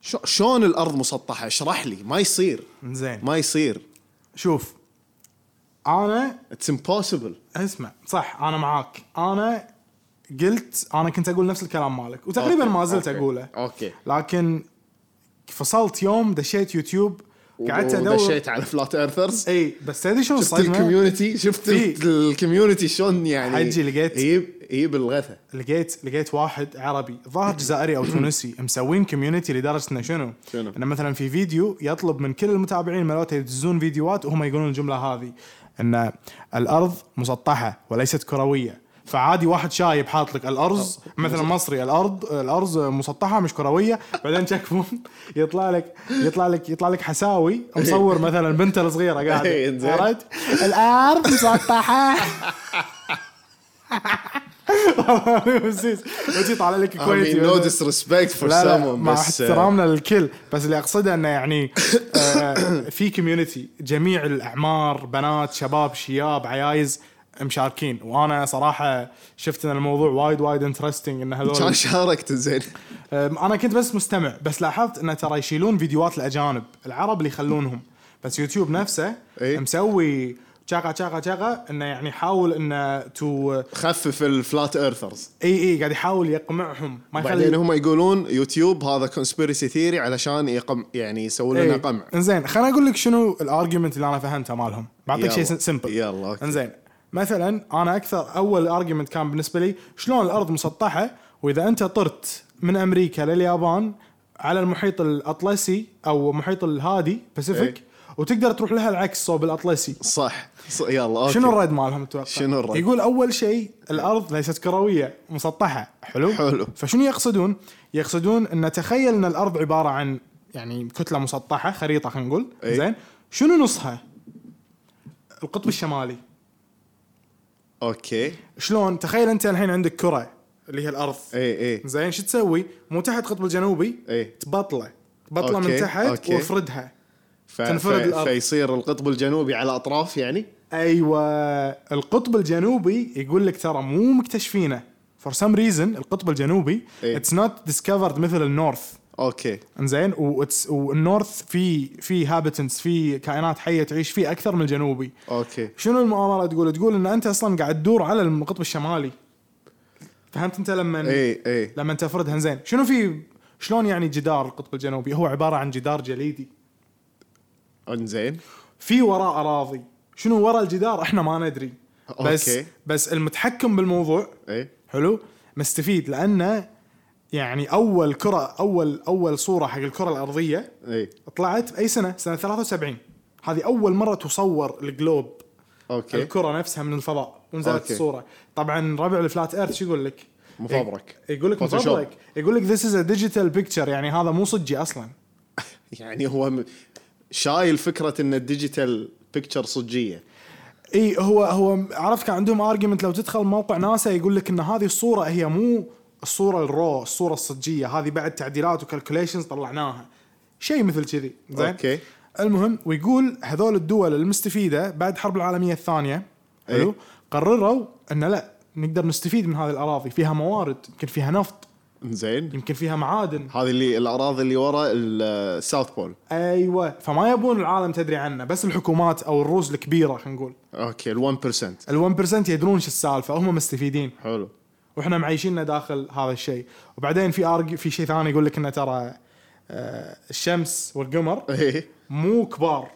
Speaker 2: شو- شلون الارض مسطحه اشرح لي ما يصير
Speaker 1: زين
Speaker 2: ما يصير
Speaker 1: شوف انا
Speaker 2: اتس امبوسيبل
Speaker 1: اسمع صح انا معاك انا قلت انا كنت اقول نفس الكلام مالك وتقريبا ما زلت اقوله
Speaker 2: اوكي
Speaker 1: لكن فصلت يوم دشيت يوتيوب قعدت إيه، ادور
Speaker 2: دشيت على فلات ايرثرز
Speaker 1: اي بس تدري شو
Speaker 2: شفت
Speaker 1: الصدمه؟
Speaker 2: الكوميونتي شفت
Speaker 1: إيه.
Speaker 2: ال- الكوميونتي شلون يعني
Speaker 1: حجي لقيت-
Speaker 2: يجيب يجيب الغثه
Speaker 1: لقيت لقيت واحد عربي ظاهر جزائري او تونسي مسوين كوميونتي لدرجه انه شنو؟
Speaker 2: شنو؟
Speaker 1: انه مثلا في فيديو يطلب من كل المتابعين مالته يدزون فيديوهات وهم يقولون الجمله هذه ان الارض مسطحه وليست كرويه فعادي واحد شايب حاط لك الارض مثلا مصري الارض الارض مسطحه مش كرويه بعدين تشكفون يطلع لك يطلع لك يطلع لك حساوي مصور مثلا بنته الصغيره
Speaker 2: إيه،
Speaker 1: قاعده
Speaker 2: إنزين.
Speaker 1: عرفت؟ الارض مسطحه مسيس وجي طالع لك
Speaker 2: I mean
Speaker 1: كويتي
Speaker 2: no disrespect for
Speaker 1: لا لا
Speaker 2: someone
Speaker 1: مع
Speaker 2: بس
Speaker 1: احترامنا للكل بس اللي اقصده انه يعني آه، في كوميونتي جميع الاعمار بنات شباب شياب عيايز مشاركين وانا صراحه شفت ان الموضوع وايد وايد انترستنج ان
Speaker 2: كان
Speaker 1: هذول
Speaker 2: شاركت زين
Speaker 1: آم، انا كنت بس مستمع بس لاحظت انه ترى يشيلون فيديوهات الاجانب العرب اللي يخلونهم بس يوتيوب نفسه
Speaker 2: إيه.
Speaker 1: مسوي شاقة شاقة شاقة انه يعني يحاول انه تو
Speaker 2: خفف الفلات ايرثرز
Speaker 1: اي اي قاعد يحاول يقمعهم ما
Speaker 2: بعدين هم يقولون يوتيوب هذا كونسبيرسي ثيري علشان يقم يعني يسوون لنا قمع
Speaker 1: انزين إيه، خليني اقول لك شنو الارجيومنت اللي انا فهمته مالهم بعطيك شيء
Speaker 2: يلا.
Speaker 1: سمبل
Speaker 2: يلا، أوكي.
Speaker 1: انزين مثلا انا اكثر اول ارجيومنت كان بالنسبه لي شلون الارض مسطحه واذا انت طرت من امريكا لليابان على المحيط الاطلسي او محيط الهادي باسيفيك
Speaker 2: إيه.
Speaker 1: وتقدر تروح لها العكس صوب الاطلسي
Speaker 2: صح ص- يلا اوكي
Speaker 1: شنو الرد مالهم تتوقع؟
Speaker 2: شنو الرد؟
Speaker 1: يقول اول شيء الارض ليست كرويه مسطحه حلو؟
Speaker 2: حلو.
Speaker 1: فشنو يقصدون؟ يقصدون ان تخيل ان الارض عباره عن يعني كتله مسطحه خريطه خلينا نقول
Speaker 2: إي.
Speaker 1: زين شنو نصها؟ القطب الشمالي
Speaker 2: اوكي
Speaker 1: شلون؟ تخيل انت الحين عندك كره اللي هي الارض
Speaker 2: اي اي
Speaker 1: زين شو تسوي؟ مو تحت القطب الجنوبي
Speaker 2: إي.
Speaker 1: تبطله تبطله
Speaker 2: أوكي،
Speaker 1: من تحت
Speaker 2: أوكي.
Speaker 1: وافردها
Speaker 2: ف...
Speaker 1: تنفرد
Speaker 2: ف...
Speaker 1: الأرض.
Speaker 2: فيصير القطب الجنوبي على اطراف يعني
Speaker 1: ايوه القطب الجنوبي يقول لك ترى مو مكتشفينه فور سم ريزن القطب الجنوبي
Speaker 2: إيه.
Speaker 1: اتس نوت ديسكفرد مثل النورث
Speaker 2: اوكي
Speaker 1: انزين و- it's- والنورث في في هابتنس في كائنات حيه تعيش فيه اكثر من الجنوبي
Speaker 2: اوكي
Speaker 1: شنو المؤامره تقول تقول ان انت اصلا قاعد تدور على القطب الشمالي فهمت انت لما
Speaker 2: اي اي
Speaker 1: لما تفردها زين شنو في شلون يعني جدار القطب الجنوبي هو عباره عن جدار جليدي
Speaker 2: انزين
Speaker 1: في وراء اراضي شنو وراء الجدار احنا ما ندري بس
Speaker 2: أوكي.
Speaker 1: بس المتحكم بالموضوع
Speaker 2: اي
Speaker 1: حلو مستفيد لانه يعني اول كره اول اول صوره حق الكره الارضيه
Speaker 2: اي
Speaker 1: طلعت باي سنه سنه 73 هذه اول مره تصور الجلوب
Speaker 2: اوكي
Speaker 1: الكره نفسها من الفضاء ونزلت
Speaker 2: أوكي.
Speaker 1: الصوره طبعا ربع الفلات ايرث شو يقول لك
Speaker 2: مفبرك.
Speaker 1: يقول لك
Speaker 2: Photoshop.
Speaker 1: مفبرك يقول لك ذيس از ا ديجيتال بيكتشر يعني هذا مو صجي اصلا
Speaker 2: يعني هو م- شايل فكره ان الديجيتال بيكتشر صجيه
Speaker 1: اي هو هو عرفت كان عندهم ارجيومنت لو تدخل موقع ناسا يقول لك ان هذه الصوره هي مو الصوره الرو الصوره الصجيه هذه بعد تعديلات وكالكوليشنز طلعناها شيء مثل كذي زين
Speaker 2: أوكي.
Speaker 1: المهم ويقول هذول الدول المستفيده بعد الحرب العالميه الثانيه
Speaker 2: أي.
Speaker 1: حلو قرروا ان لا نقدر نستفيد من هذه الاراضي فيها موارد يمكن فيها نفط
Speaker 2: زين
Speaker 1: يمكن فيها معادن
Speaker 2: هذه اللي الاراضي اللي ورا الساوث بول
Speaker 1: ايوه فما يبون العالم تدري عنه بس الحكومات او الروس الكبيره خلينا نقول
Speaker 2: اوكي ال 1%
Speaker 1: ال 1% يدرون شو السالفه هم مستفيدين
Speaker 2: حلو
Speaker 1: واحنا معيشيننا داخل هذا الشيء وبعدين في أرج... في شيء ثاني يقول لك انه ترى آه، الشمس والقمر
Speaker 2: ايه
Speaker 1: مو كبار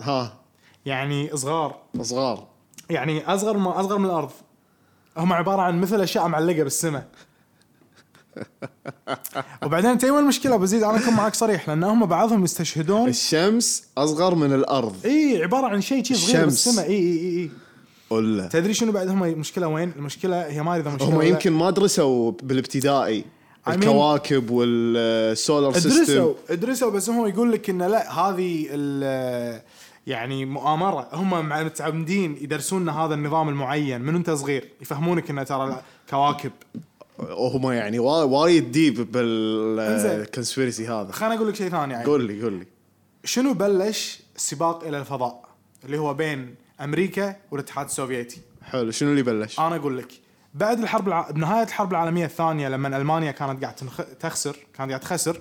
Speaker 2: ها
Speaker 1: يعني صغار
Speaker 2: صغار
Speaker 1: يعني اصغر ما اصغر من الارض هم عباره عن مثل اشياء معلقه بالسماء وبعدين تي وين المشكله أبو زيد انا اكون معك صريح لان هم بعضهم يستشهدون
Speaker 2: الشمس اصغر من الارض
Speaker 1: اي عباره عن شيء شي صغير
Speaker 2: الشمس.
Speaker 1: بالسماء اي اي اي, إي.
Speaker 2: ولا
Speaker 1: تدري شنو بعد هم المشكله وين؟ المشكله هي ما ادري إذا مشكله
Speaker 2: هم
Speaker 1: ولا لا.
Speaker 2: يمكن ما درسوا بالابتدائي
Speaker 1: I mean-
Speaker 2: الكواكب والسولار سيستم
Speaker 1: ادرسوا ادرسوا بس هم يقول لك انه لا هذه ال- يعني مؤامره هم مع- متعمدين يدرسون لنا هذا النظام المعين من انت صغير يفهمونك انه ترى لا، كواكب
Speaker 2: هم يعني وا- وايد ديب
Speaker 1: إنزين.
Speaker 2: بالكونسبيرسي هذا
Speaker 1: خليني اقول لك شيء ثاني يعني
Speaker 2: قول لي قول لي
Speaker 1: شنو بلش السباق الى الفضاء اللي هو بين امريكا والاتحاد السوفيتي
Speaker 2: حلو شنو اللي بلش؟
Speaker 1: انا اقول لك بعد الحرب الع... بنهايه الحرب العالميه الثانيه لما المانيا كانت قاعد تنخ... تخسر كانت قاعد تخسر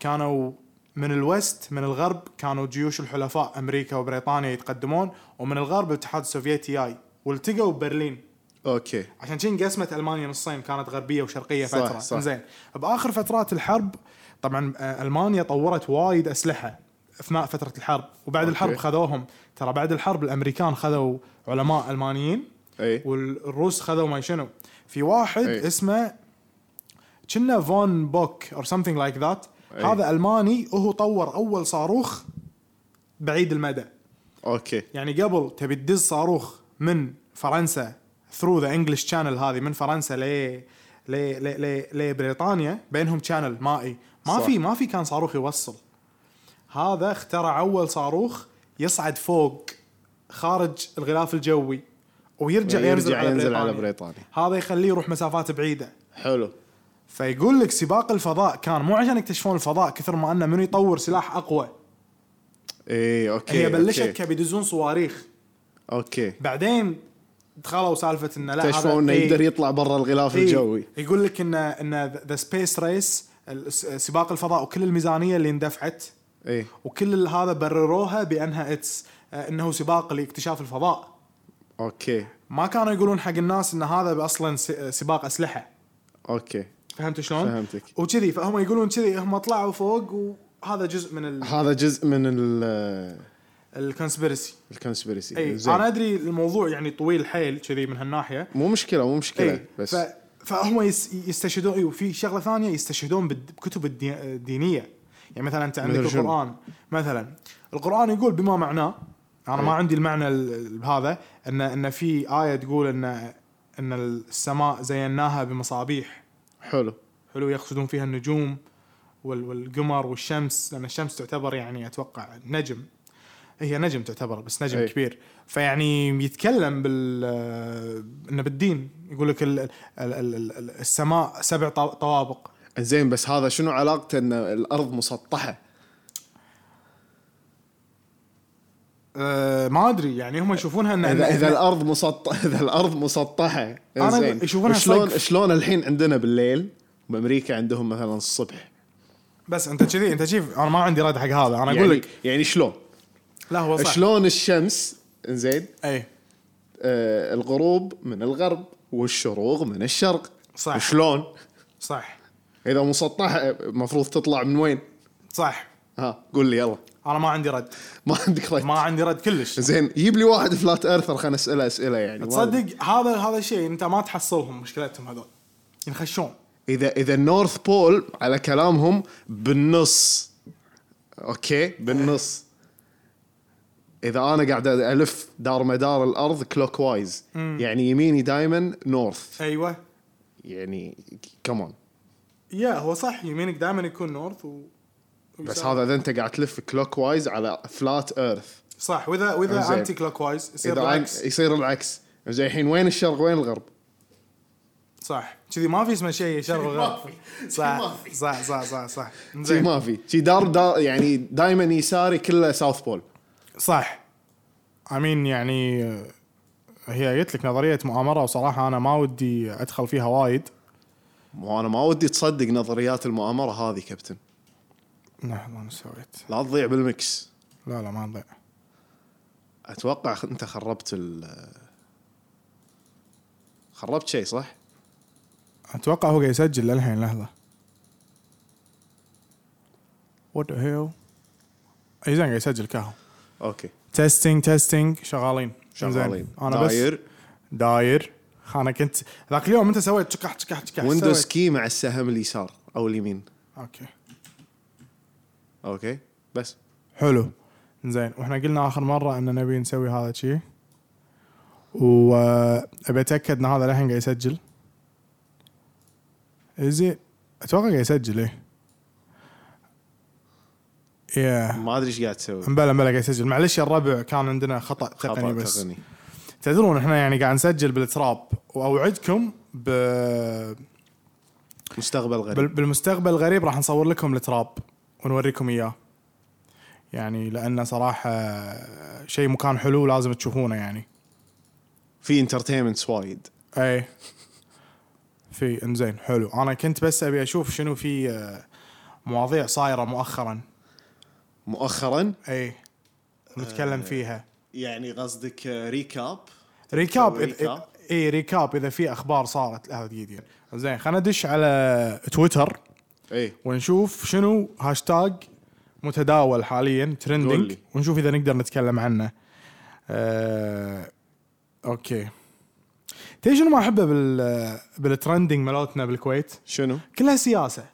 Speaker 1: كانوا من الوست من الغرب كانوا جيوش الحلفاء امريكا وبريطانيا يتقدمون ومن الغرب الاتحاد السوفيتي جاي والتقوا ببرلين
Speaker 2: اوكي
Speaker 1: عشان شي انقسمت المانيا نصين كانت غربيه وشرقيه
Speaker 2: صح،
Speaker 1: فتره
Speaker 2: صح.
Speaker 1: زين باخر فترات الحرب طبعا آه، المانيا طورت وايد اسلحه اثناء فتره الحرب وبعد
Speaker 2: أوكي.
Speaker 1: الحرب خذوهم ترى بعد الحرب الامريكان خذوا علماء المانيين
Speaker 2: اي
Speaker 1: والروس خذوا ما شنو في واحد
Speaker 2: أي.
Speaker 1: أي. اسمه كنا فون بوك اور something لايك ذات
Speaker 2: أي.
Speaker 1: هذا الماني وهو طور اول صاروخ بعيد المدى
Speaker 2: اوكي
Speaker 1: يعني قبل تبي تدز صاروخ من فرنسا ثرو ذا انجلش شانل هذه من فرنسا ل ل- ل- ل- لبريطانيا بينهم شانل مائي ما
Speaker 2: صح.
Speaker 1: في ما في كان صاروخ يوصل هذا اخترع اول صاروخ يصعد فوق خارج الغلاف الجوي ويرجع
Speaker 2: يرجع
Speaker 1: ينزل, على,
Speaker 2: ينزل
Speaker 1: بريطانيا.
Speaker 2: على بريطانيا.
Speaker 1: هذا يخليه يروح مسافات بعيده
Speaker 2: حلو
Speaker 1: فيقول لك سباق الفضاء كان مو عشان يكتشفون الفضاء كثر ما انه من يطور سلاح اقوى
Speaker 2: اي اوكي
Speaker 1: هي بلشت
Speaker 2: اوكي,
Speaker 1: كبيدزون صواريخ
Speaker 2: أوكي.
Speaker 1: بعدين دخلوا سالفه انه لا هذا-
Speaker 2: اكتشفوا انه
Speaker 1: إيه،
Speaker 2: طيب يقدر يطلع برا الغلاف
Speaker 1: إيه،
Speaker 2: الجوي
Speaker 1: يقول لك انه انه ذا سبيس ريس سباق الفضاء وكل الميزانيه اللي اندفعت
Speaker 2: اي
Speaker 1: وكل ال- هذا برروها بانها اتس انه سباق لاكتشاف الفضاء
Speaker 2: اوكي
Speaker 1: ما كانوا يقولون حق الناس ان هذا اصلا س- آه، سباق اسلحه
Speaker 2: اوكي
Speaker 1: فهمت شلون؟
Speaker 2: فهمتك.
Speaker 1: وكذي فهم يقولون كذي هم طلعوا فوق وهذا جزء من
Speaker 2: هذا جزء من ال-
Speaker 1: الكونسبيرسي
Speaker 2: الكونسبيرسي
Speaker 1: اي
Speaker 2: زين.
Speaker 1: انا ادري الموضوع يعني طويل حيل كذي من هالناحيه
Speaker 2: مو مشكله مو مشكله
Speaker 1: إيه،
Speaker 2: بس
Speaker 1: ف... فهم يس... يستشهدون أيوه، اي وفي شغله ثانيه يستشهدون بد- بكتب الدي... الدينيه يعني مثلا انت عندك
Speaker 2: مثل شنو؟
Speaker 1: القران مثلا القران يقول بما معناه انا ما
Speaker 2: إيه.
Speaker 1: عندي المعنى ال- بهذا ان ان في ايه تقول ان ان السماء زيناها بمصابيح
Speaker 2: حلو
Speaker 1: حلو يقصدون فيها النجوم وال... والقمر والشمس لان الشمس تعتبر يعني اتوقع نجم هي نجم تعتبر بس نجم
Speaker 2: أي.
Speaker 1: أي. كبير فيعني يتكلم بال انه بالدين يقول لك ال... ال... ال... ال... ال- السماء سبع طو- طوابق
Speaker 2: زين بس هذا شنو علاقته ان الارض مسطحه
Speaker 1: أه ما ادري يعني هم يشوفونها ان
Speaker 2: اذا اذا
Speaker 1: إن-
Speaker 2: الارض مسطحه اذا الارض مسطحه
Speaker 1: أنا
Speaker 2: زين
Speaker 1: يشوفونها
Speaker 2: شلون
Speaker 1: سقف.
Speaker 2: شلون الحين عندنا بالليل بامريكا عندهم مثلا الصبح
Speaker 1: بس انت كذي انت شوف انا ما عندي رد حق هذا انا اقول
Speaker 2: يعني-
Speaker 1: لك
Speaker 2: يعني شلون
Speaker 1: لا هو صح
Speaker 2: شلون الشمس زين
Speaker 1: اي
Speaker 2: آه الغروب من الغرب والشروق من الشرق
Speaker 1: صح.
Speaker 2: شلون
Speaker 1: صح
Speaker 2: اذا مسطحه المفروض تطلع من وين
Speaker 1: صح
Speaker 2: ها قول لي يلا
Speaker 1: انا ما عندي رد
Speaker 2: ما عندك رأي
Speaker 1: ما عندي رد كلش
Speaker 2: زين جيب لي واحد فلات ايرثر خلنا اساله اسئله يعني
Speaker 1: تصدق هذا هذا الشيء يعني انت ما تحصلهم مشكلتهم هذول ينخشون
Speaker 2: اذا اذا النورث بول على كلامهم بالنص اوكي بالنص اذا انا قاعد الف دار مدار الارض كلوك وايز يعني يميني دائما نورث
Speaker 1: ايوه
Speaker 3: أيوة.
Speaker 2: يعني كمان
Speaker 1: يا هو صح يمينك دائما يكون نورث و
Speaker 2: بس هذا اذا انت قاعد تلف كلوك وايز على فلات ايرث
Speaker 1: صح واذا واذا
Speaker 2: زين.
Speaker 1: انتي كلوك وايز يصير
Speaker 2: اذا عن-
Speaker 1: بالعكس
Speaker 2: يصير العكس زين الحين وين الشرق وين الغرب؟
Speaker 1: صح كذي ما في اسمه شيء شرق وغرب
Speaker 3: ما في. ما
Speaker 1: صح
Speaker 3: في.
Speaker 1: صح صح صح صح
Speaker 2: شي
Speaker 1: زين
Speaker 2: ما في شي دار, دار يعني دائما يساري كله ساوث بول
Speaker 1: صح امين يعني آه، هي قلت لك نظريه مؤامره وصراحه انا ما ودي ادخل فيها وايد
Speaker 2: وانا ما ودي تصدق نظريات المؤامره هذه كابتن
Speaker 1: لحظه انا سويت
Speaker 2: لا تضيع بالمكس
Speaker 1: لا لا ما نضيع
Speaker 2: اتوقع خ- انت خربت ال خربت شيء صح؟
Speaker 1: اتوقع هو قاعد يسجل للحين لحظه وات ذا هيل اي زين قاعد يسجل كاهو
Speaker 2: اوكي
Speaker 1: تيستينج تيستينج شغالين
Speaker 2: شغالين
Speaker 1: زين. انا داير. بس يعني
Speaker 2: داير
Speaker 1: داير انا كنت ذاك اليوم انت سويت شكح شكح شكح
Speaker 2: ويندوز
Speaker 1: سويت.
Speaker 2: كي مع السهم اليسار او اليمين
Speaker 1: اوكي
Speaker 2: اوكي بس
Speaker 1: حلو زين واحنا قلنا اخر مره ان نبي نسوي هذا آه، الشيء وابي اتاكد ان هذا الحين قاعد يسجل زين اتوقع قاعد يسجل ايه يا
Speaker 2: ما ادري ايش قاعد تسوي
Speaker 1: مبلا مبلا قاعد يسجل معلش يا الربع كان عندنا خطا
Speaker 2: خطأ
Speaker 1: تقني بس
Speaker 2: تقني.
Speaker 1: تدرون احنا يعني قاعد نسجل بالتراب واوعدكم ب...
Speaker 2: مستقبل
Speaker 1: بال...
Speaker 2: غريب
Speaker 1: بالمستقبل الغريب راح نصور لكم التراب ونوريكم اياه يعني لانه صراحه شيء مكان حلو لازم تشوفونه يعني
Speaker 2: في انترتينمنتس وايد
Speaker 1: اي في انزين حلو انا كنت بس ابي اشوف شنو في آه، مواضيع صايره مؤخرا
Speaker 2: مؤخرا
Speaker 1: اي إيه. نتكلم فيها
Speaker 2: يعني قصدك ريكاب
Speaker 1: ريكاب
Speaker 2: تسوي ريكاب؟
Speaker 1: إذا اي ريكاب اذا في اخبار صارت لها دقيقه زين خلينا ندش على تويتر
Speaker 2: اي
Speaker 1: ونشوف شنو هاشتاج متداول حاليا
Speaker 2: قول
Speaker 1: ترندنج
Speaker 2: لي.
Speaker 1: ونشوف اذا نقدر نتكلم عنه أه... اوكي تدري شنو ما احبه بال بالترندنج مالتنا بالكويت
Speaker 2: شنو
Speaker 1: كلها سياسه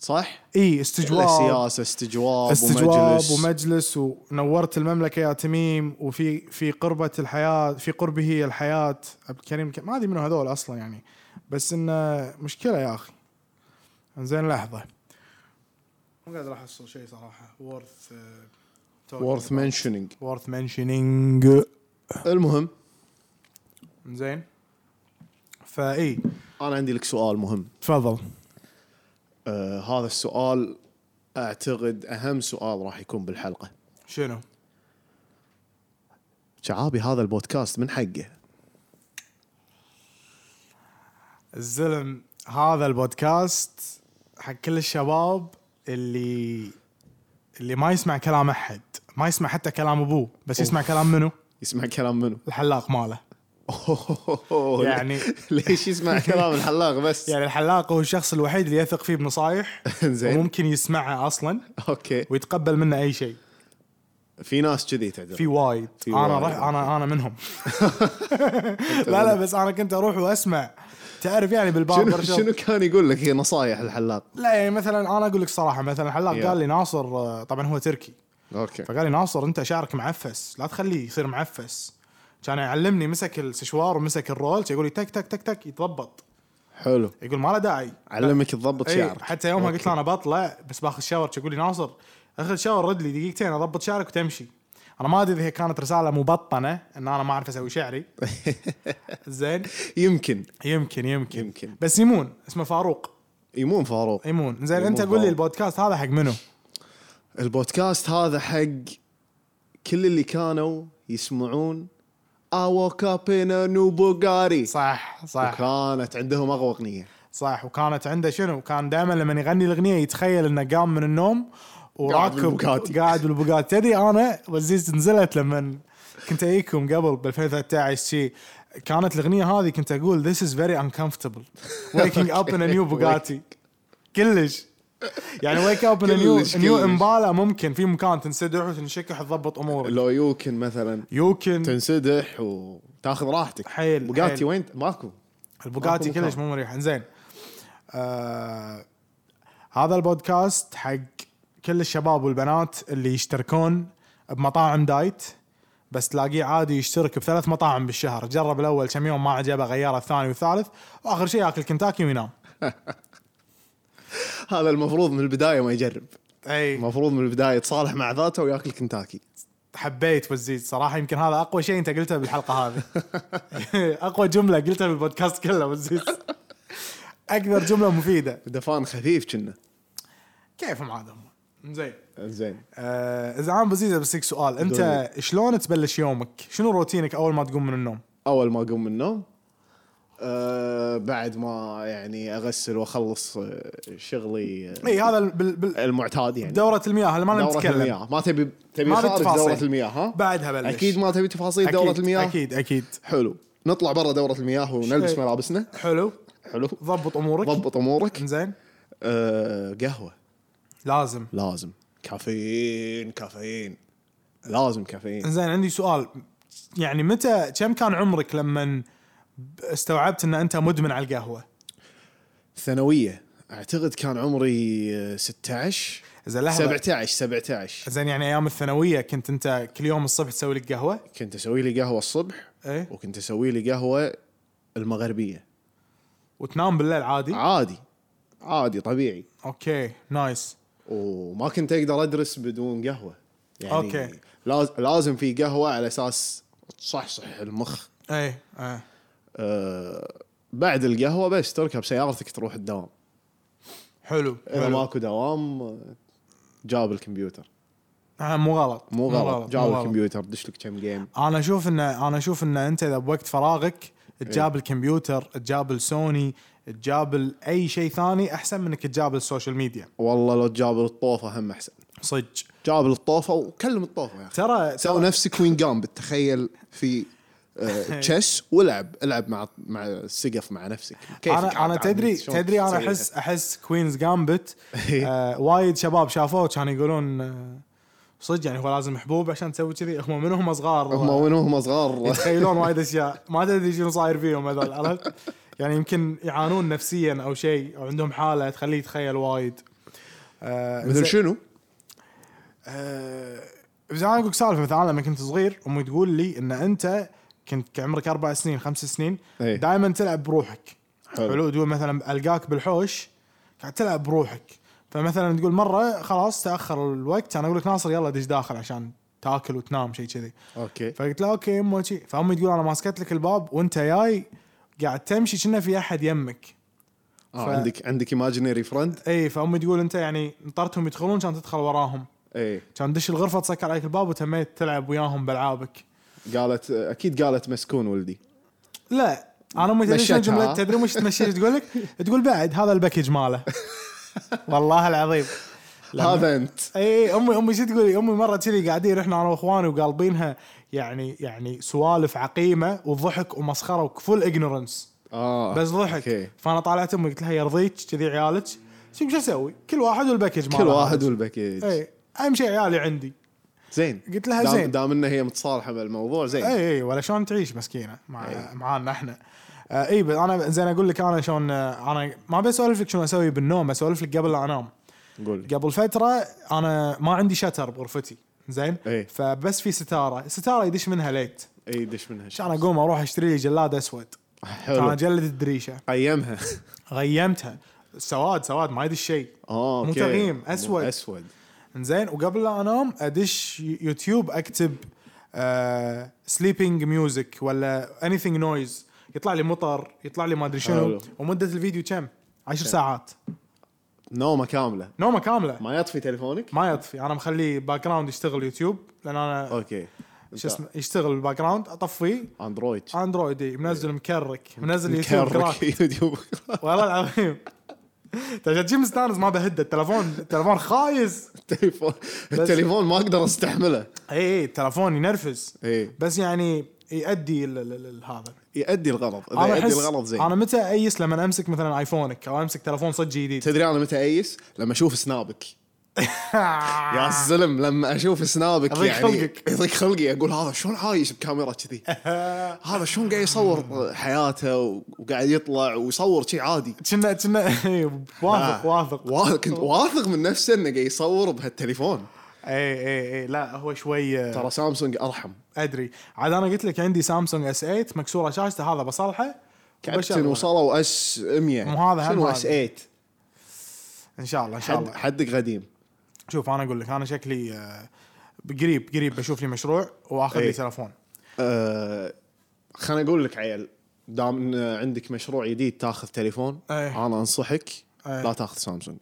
Speaker 2: صح
Speaker 1: اي استجواب
Speaker 2: سياسه استجواب
Speaker 1: استجواب
Speaker 2: ومجلس
Speaker 1: ومجلس ونورت المملكه يا تميم وفي في قربه الحياه في قربه الحياه عبد الكريم ك- ما ادري منو هذول اصلا يعني بس انه مشكله يا اخي زين لحظه ما قادر احصل شيء آه، صراحه وورث
Speaker 2: worth mentioning
Speaker 1: وورث منشنينج
Speaker 2: المهم
Speaker 1: زين فاي
Speaker 2: انا عندي لك سؤال مهم
Speaker 1: تفضل
Speaker 2: آه هذا السؤال اعتقد اهم سؤال راح يكون بالحلقه
Speaker 1: شنو؟
Speaker 2: شعابي هذا البودكاست من حقه
Speaker 1: الزلم هذا البودكاست حق كل الشباب اللي اللي ما يسمع كلام احد ما يسمع حتى كلام ابوه بس يسمع كلام منو
Speaker 2: يسمع كلام منو
Speaker 1: الحلاق ماله يعني-
Speaker 2: ليش يسمع كلام الحلاق بس
Speaker 1: يعني الحلاق هو الشخص الوحيد اللي يثق فيه بنصايح
Speaker 2: زين.
Speaker 1: وممكن يسمعها اصلا
Speaker 2: اوكي
Speaker 1: ويتقبل منه اي شيء
Speaker 2: في ناس
Speaker 1: في
Speaker 2: كذي تعتذر
Speaker 1: وايد
Speaker 2: في
Speaker 1: انا
Speaker 2: وايد.
Speaker 1: رح انا انا منهم لا لا بس انا كنت اروح واسمع تعرف يعني
Speaker 2: شنو
Speaker 1: بالباربر شوب
Speaker 2: شنو كان يقول لك هي نصايح الحلاق
Speaker 1: لا يعني مثلا انا اقول لك صراحه مثلا الحلاق
Speaker 2: يلا.
Speaker 1: قال لي ناصر آه، طبعا هو تركي
Speaker 2: اوكي
Speaker 1: فقال لي ناصر انت شعرك معفس لا تخليه يصير معفس كان يعلمني مسك السشوار ومسك الرول يقول لي تك تك تك تك يتضبط
Speaker 2: حلو
Speaker 1: يقول ما له داعي
Speaker 2: علمك تضبط
Speaker 1: اي،
Speaker 2: شعرك
Speaker 1: حتى يومها
Speaker 2: أوكي.
Speaker 1: قلت له انا بطلع بس باخذ شاور يقول لي ناصر اخذ شاور رد لي دقيقتين اضبط شعرك وتمشي انا ما ادري اذا هي كانت رساله مبطنه ان انا ما اعرف اسوي شعري زين
Speaker 2: يمكن
Speaker 1: يمكن يمكن
Speaker 2: يمكن.
Speaker 1: بس يمون اسمه فاروق
Speaker 2: يمون فاروق
Speaker 1: يمون زين
Speaker 2: يمون
Speaker 1: انت قول لي
Speaker 2: فاروق.
Speaker 1: البودكاست هذا حق منو؟
Speaker 2: البودكاست هذا حق كل اللي كانوا يسمعون اوكابينا نوبوغاري
Speaker 1: صح صح
Speaker 2: وكانت عندهم اقوى اغنيه
Speaker 1: صح وكانت عنده شنو؟ كان دائما لما يغني الاغنيه يتخيل انه قام من النوم
Speaker 2: قاعد
Speaker 1: وراكب
Speaker 2: بالبوغاتي.
Speaker 1: قاعد بالبوغاتي تدري انا وزيز نزلت لما كنت اجيكم قبل ب 2013 شي كانت الاغنيه هذه كنت اقول this is very uncomfortable waking up in a new Bugatti كلش يعني wake up in a new
Speaker 2: كلش-
Speaker 1: new
Speaker 2: كلش.
Speaker 1: امبالا ممكن في مكان تنسدح وتنشكح تضبط امورك
Speaker 2: لو يمكن مثلا
Speaker 1: يمكن
Speaker 2: تنسدح وتاخذ راحتك
Speaker 1: حيل-
Speaker 2: بوغاتي
Speaker 1: حيل.
Speaker 2: وين ماكو
Speaker 1: البوغاتي
Speaker 2: ماكو
Speaker 1: كلش
Speaker 2: مكان.
Speaker 1: مو مريح زين آه هذا البودكاست حق كل الشباب والبنات اللي يشتركون بمطاعم دايت بس تلاقيه عادي يشترك بثلاث مطاعم بالشهر جرب الاول كم يوم ما عجبه غيره الثاني والثالث واخر شيء ياكل كنتاكي وينام
Speaker 2: هذا المفروض من البدايه ما يجرب
Speaker 1: اي
Speaker 2: المفروض من البدايه يتصالح مع ذاته وياكل كنتاكي
Speaker 1: حبيت وزيد صراحه يمكن هذا اقوى شيء انت قلته بالحلقه هذه اقوى جمله قلتها بالبودكاست كله وزيد اكثر جمله مفيده
Speaker 2: دفان خفيف كنا
Speaker 1: كيفهم عاد هم زين
Speaker 2: زين
Speaker 1: آه، اذا انا بزيد بسالك سؤال انت
Speaker 2: دوري.
Speaker 1: شلون تبلش يومك؟ شنو روتينك اول ما تقوم من النوم؟
Speaker 2: اول ما اقوم من النوم أه بعد ما يعني اغسل واخلص آه، شغلي آه،
Speaker 1: اي هذا بال... بال...
Speaker 2: المعتاد يعني
Speaker 1: دورة المياه اللي ما
Speaker 2: دورة
Speaker 1: نتكلم
Speaker 2: المياه ما تبي تبي
Speaker 1: ما
Speaker 2: خارج
Speaker 1: بالتفاصيل.
Speaker 2: دورة المياه ها
Speaker 1: بعدها بلش
Speaker 2: اكيد ما تبي تفاصيل
Speaker 1: أكيد،
Speaker 2: دورة المياه
Speaker 1: اكيد اكيد
Speaker 2: حلو نطلع برا دورة المياه ونلبس
Speaker 1: شوي.
Speaker 2: ملابسنا
Speaker 1: حلو
Speaker 2: حلو
Speaker 1: ضبط امورك
Speaker 2: ضبط امورك
Speaker 1: زين
Speaker 2: أه قهوة
Speaker 1: لازم
Speaker 2: لازم كافيين كافيين لازم كافيين
Speaker 1: زين عندي سؤال يعني متى كم كان عمرك لما استوعبت ان انت مدمن على القهوه؟
Speaker 2: ثانوية اعتقد كان عمري آه، 16
Speaker 1: زين لحظه
Speaker 2: 17 17
Speaker 1: زين يعني ايام الثانويه كنت انت كل يوم الصبح تسوي لك قهوه؟
Speaker 2: كنت اسوي لي قهوة الصبح
Speaker 1: ايه
Speaker 2: وكنت اسوي لي قهوة المغربية
Speaker 1: وتنام بالليل عادي؟
Speaker 2: عادي عادي طبيعي
Speaker 1: اوكي نايس
Speaker 2: وما كنت اقدر ادرس بدون قهوه يعني
Speaker 1: أوكي.
Speaker 2: لاز- لازم في قهوه على اساس تصحصح المخ
Speaker 1: ايه ايه
Speaker 2: أه بعد القهوه بس تركب سيارتك تروح الدوام
Speaker 1: حلو
Speaker 2: اذا
Speaker 1: حلو.
Speaker 2: ماكو دوام آه، جاب الكمبيوتر
Speaker 1: آه، مو غلط
Speaker 2: مو غلط
Speaker 1: مو
Speaker 2: جاب
Speaker 1: غلط.
Speaker 2: الكمبيوتر دش لك كم جيم
Speaker 1: انا اشوف ان انا اشوف ان انت اذا بوقت فراغك
Speaker 2: إيه.
Speaker 1: تجاب الكمبيوتر تجاب السوني تجاب اي شيء ثاني احسن من انك تجاب السوشيال ميديا
Speaker 2: والله لو جاب الطوفه هم احسن
Speaker 1: صدق
Speaker 2: جاب الطوفه وكلم الطوفه يا اخي
Speaker 1: ترى
Speaker 2: سوي نفسك وين جامبت تخيل في تشيس والعب العب مع مع السقف مع نفسك كيفك
Speaker 1: انا
Speaker 2: عاد
Speaker 1: انا
Speaker 2: عاد
Speaker 1: تدري
Speaker 2: شلون
Speaker 1: تدري انا
Speaker 2: تسويها. إيه.
Speaker 1: احس احس كوينز جامبت آه وايد شباب شافوه كانوا يقولون آه صدق يعني هو لازم حبوب عشان تسوي كذي هم من هم صغار
Speaker 2: هم وين هم صغار
Speaker 1: يتخيلون وايد اشياء ما تدري شنو صاير فيهم هذول عرفت؟ يعني يمكن يعانون نفسيا او شيء او عندهم حاله تخليه يتخيل وايد آه
Speaker 2: مثل شنو؟
Speaker 1: آه، زين انا اقول لك سالفه مثلا أنا لما كنت صغير امي تقول لي ان انت كنت عمرك اربع سنين خمس سنين
Speaker 2: إيه.
Speaker 1: دائما تلعب بروحك
Speaker 2: حلو.
Speaker 1: حلو تقول مثلا القاك بالحوش قاعد تلعب بروحك فمثلا تقول مره خلاص تاخر الوقت انا اقول لك ناصر يلا دش داخل عشان تاكل وتنام شيء كذي
Speaker 2: اوكي
Speaker 1: فقلت لها اوكي يمه شي فامي تقول انا ماسكت لك الباب وانت جاي قاعد تمشي كنا في احد يمك
Speaker 2: آه
Speaker 1: ف-
Speaker 2: عندك عندك ايماجينري فرند
Speaker 1: اي فامي تقول انت يعني نطرتهم يدخلون عشان تدخل وراهم
Speaker 2: اي
Speaker 1: كان دش الغرفه تسكر عليك الباب وتميت تلعب وياهم بالعابك
Speaker 2: قالت اكيد قالت مسكون ولدي
Speaker 1: لا انا امي تدري شنو
Speaker 2: مشيتها.
Speaker 1: جملة- تدري مش تمشي تقول لك تقول بعد هذا الباكج ماله والله العظيم
Speaker 2: هذا انت
Speaker 1: اي امي امي شو تقول لي؟ امي مره كذي قاعدين احنا انا واخواني وقالبينها يعني يعني سوالف عقيمه وضحك ومسخره وفول اجنورنس
Speaker 2: اه
Speaker 1: بس ضحك
Speaker 2: اوكي
Speaker 1: فانا طالعت امي قلت لها يرضيك كذي عيالك شو شو اسوي؟ كل واحد والباكج ماله
Speaker 2: كل واحد والباكيج
Speaker 1: اي اهم شيء عيالي عندي
Speaker 2: زين
Speaker 1: إيه. قلت لها
Speaker 2: دام-
Speaker 1: زين.
Speaker 2: دام انها هي متصالحه مع الموضوع زين
Speaker 1: اي اي إيه، ولا شلون تعيش مسكينه مع
Speaker 2: إيه.
Speaker 1: معانا احنا آه، اي بس انا زين اقول لك انا شلون آه، انا ما بسولف لك شنو اسوي بالنوم بسولف لك قبل لا انام
Speaker 2: قول لي
Speaker 1: قبل فتره انا ما عندي شتر بغرفتي زين
Speaker 2: إي.
Speaker 1: فبس في ستاره ستاره يدش منها ليت
Speaker 2: اي دش إيه، منها
Speaker 1: عشان اقوم اروح اشتري لي جلاد اسود انا
Speaker 2: حلو
Speaker 1: جلد الدريشه
Speaker 2: قيمها
Speaker 1: غيمتها سواد سواد ما يدش شيء
Speaker 2: اه اوكي
Speaker 1: مو تغييم، أسود.
Speaker 2: مو اسود
Speaker 1: زين وقبل لا انام ادش يوتيوب اكتب سليبنج ميوزك ولا اني ثينج نويز يطلع لي مطر يطلع لي ما ادري شنو
Speaker 2: حلو.
Speaker 1: ومده الفيديو كم؟ 10 ساعات
Speaker 2: نومه كامله
Speaker 1: نومه كامله
Speaker 2: ما يطفي تليفونك
Speaker 1: ما يطفي انا مخليه باك جراوند يشتغل يوتيوب لان انا
Speaker 2: اوكي
Speaker 1: شو اسمه يشتغل الباك جراوند اطفيه
Speaker 2: اندرويد
Speaker 1: اندرويدي منزل مكرك منزل يوتيوب آه، كراك
Speaker 2: يوتيوب
Speaker 1: والله العظيم أنت عشان شي مستانس ما بهده التلفون التلفون خايس
Speaker 2: التليفون التليفون ما اقدر استحمله
Speaker 1: اي اي التلفون ينرفز
Speaker 2: اي
Speaker 1: بس يعني يؤدي ال- ال- ال- هذا
Speaker 2: إيه. يؤدي الغرض
Speaker 1: انا
Speaker 2: اذا يؤدي
Speaker 1: احس
Speaker 2: الغرض زين
Speaker 1: انا متى ايس لما امسك مثلا ايفونك او امسك تلفون صج جديد
Speaker 2: تدري انا متى ايس؟ لما اشوف سنابك يا الزلم لما اشوف سنابك
Speaker 1: آه. يضيق
Speaker 2: يعني
Speaker 1: خلقك.
Speaker 2: يضيق خلقي اقول هذا شلون عايش بكاميرا كذي هذا شلون قاعد يصور حياته وقاعد يطلع ويصور شي عادي
Speaker 1: كنا كنا إي، واثق
Speaker 2: آه.
Speaker 1: واثق
Speaker 2: وا- كنت واثق من نفسه انه قاعد يصور بهالتليفون
Speaker 1: طيب. اي اي اي إيه، لا هو شوي آه،
Speaker 2: ترى سامسونج ارحم
Speaker 1: ادري عاد انا قلت لك عندي سامسونج اس 8 مكسوره شاشته هذا بصلحه
Speaker 2: كابتن
Speaker 1: وبشغله.
Speaker 2: وصلوا اس 100
Speaker 1: مو هذا هم
Speaker 2: شنو
Speaker 1: هذا.
Speaker 2: اس 8
Speaker 1: ان شاء الله ان شاء
Speaker 2: حد
Speaker 1: الله
Speaker 2: حدك قديم
Speaker 1: شوف انا اقول لك انا شكلي آه، قريب قريب بشوف لي مشروع واخذ لي
Speaker 2: إيه.
Speaker 1: تلفون
Speaker 2: آه خليني اقول لك عيل دام إن عندك مشروع جديد تاخذ تليفون
Speaker 1: إيه.
Speaker 2: انا انصحك
Speaker 1: إيه.
Speaker 2: لا تاخذ سامسونج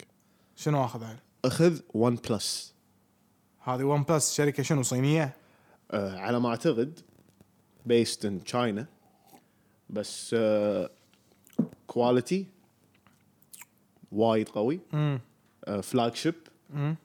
Speaker 1: شنو اخذ هاي؟
Speaker 2: اخذ ون بلس
Speaker 1: هذه ون بلس شركه شنو صينيه؟
Speaker 2: آه على ما اعتقد بيست ان تشاينا بس آه، كواليتي وايد قوي آه،
Speaker 1: امم
Speaker 2: فلاج شيب
Speaker 1: امم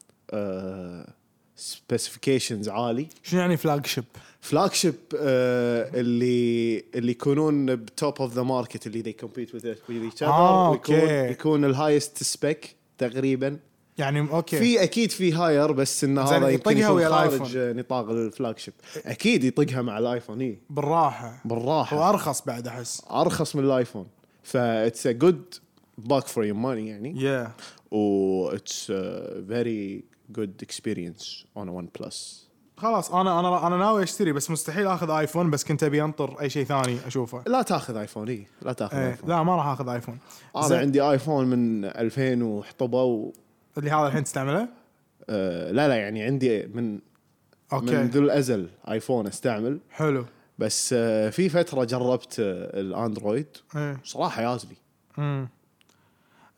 Speaker 2: سبيسيفيكيشنز آه، عالي
Speaker 1: شنو يعني فلاج شيب؟
Speaker 2: فلاج شيب اللي اللي يكونون بتوب اوف ذا ماركت اللي they compete with it- with each other
Speaker 1: آه،
Speaker 2: يكون
Speaker 1: أوكي.
Speaker 2: يكون الهايست سبيك تقريبا
Speaker 1: يعني اوكي
Speaker 2: في اكيد في هاير بس ان
Speaker 1: زين،
Speaker 2: هذا يمكن
Speaker 1: يطقها
Speaker 2: يكون
Speaker 1: ويا
Speaker 2: خارج
Speaker 1: الآيفون.
Speaker 2: نطاق الفلاج شيب اكيد يطقها مع إيه. الايفون اي
Speaker 1: بالراحه
Speaker 2: بالراحه
Speaker 1: وارخص بعد احس
Speaker 2: ارخص من الايفون فاتس ا جود باك فور يور ماني يعني
Speaker 1: يا
Speaker 2: و اتس فيري جود اكسبيرينس اون ون بلس
Speaker 1: خلاص انا انا انا ناوي اشتري بس مستحيل اخذ ايفون بس كنت ابي انطر اي شيء ثاني اشوفه
Speaker 2: لا تاخذ ايفون اي لا تاخذ
Speaker 1: ايه
Speaker 2: ايفون
Speaker 1: لا ما راح اخذ ايفون
Speaker 2: انا
Speaker 1: زين،
Speaker 2: عندي ايفون من 2000 وحطبه و
Speaker 1: اللي هذا الحين تستعمله
Speaker 2: آه، لا لا يعني عندي من من
Speaker 1: اوكي
Speaker 2: ذو الازل ايفون استعمل
Speaker 1: حلو
Speaker 2: بس آه، في فتره جربت آه، الاندرويد
Speaker 1: ايه
Speaker 2: صراحه يازلي
Speaker 1: امم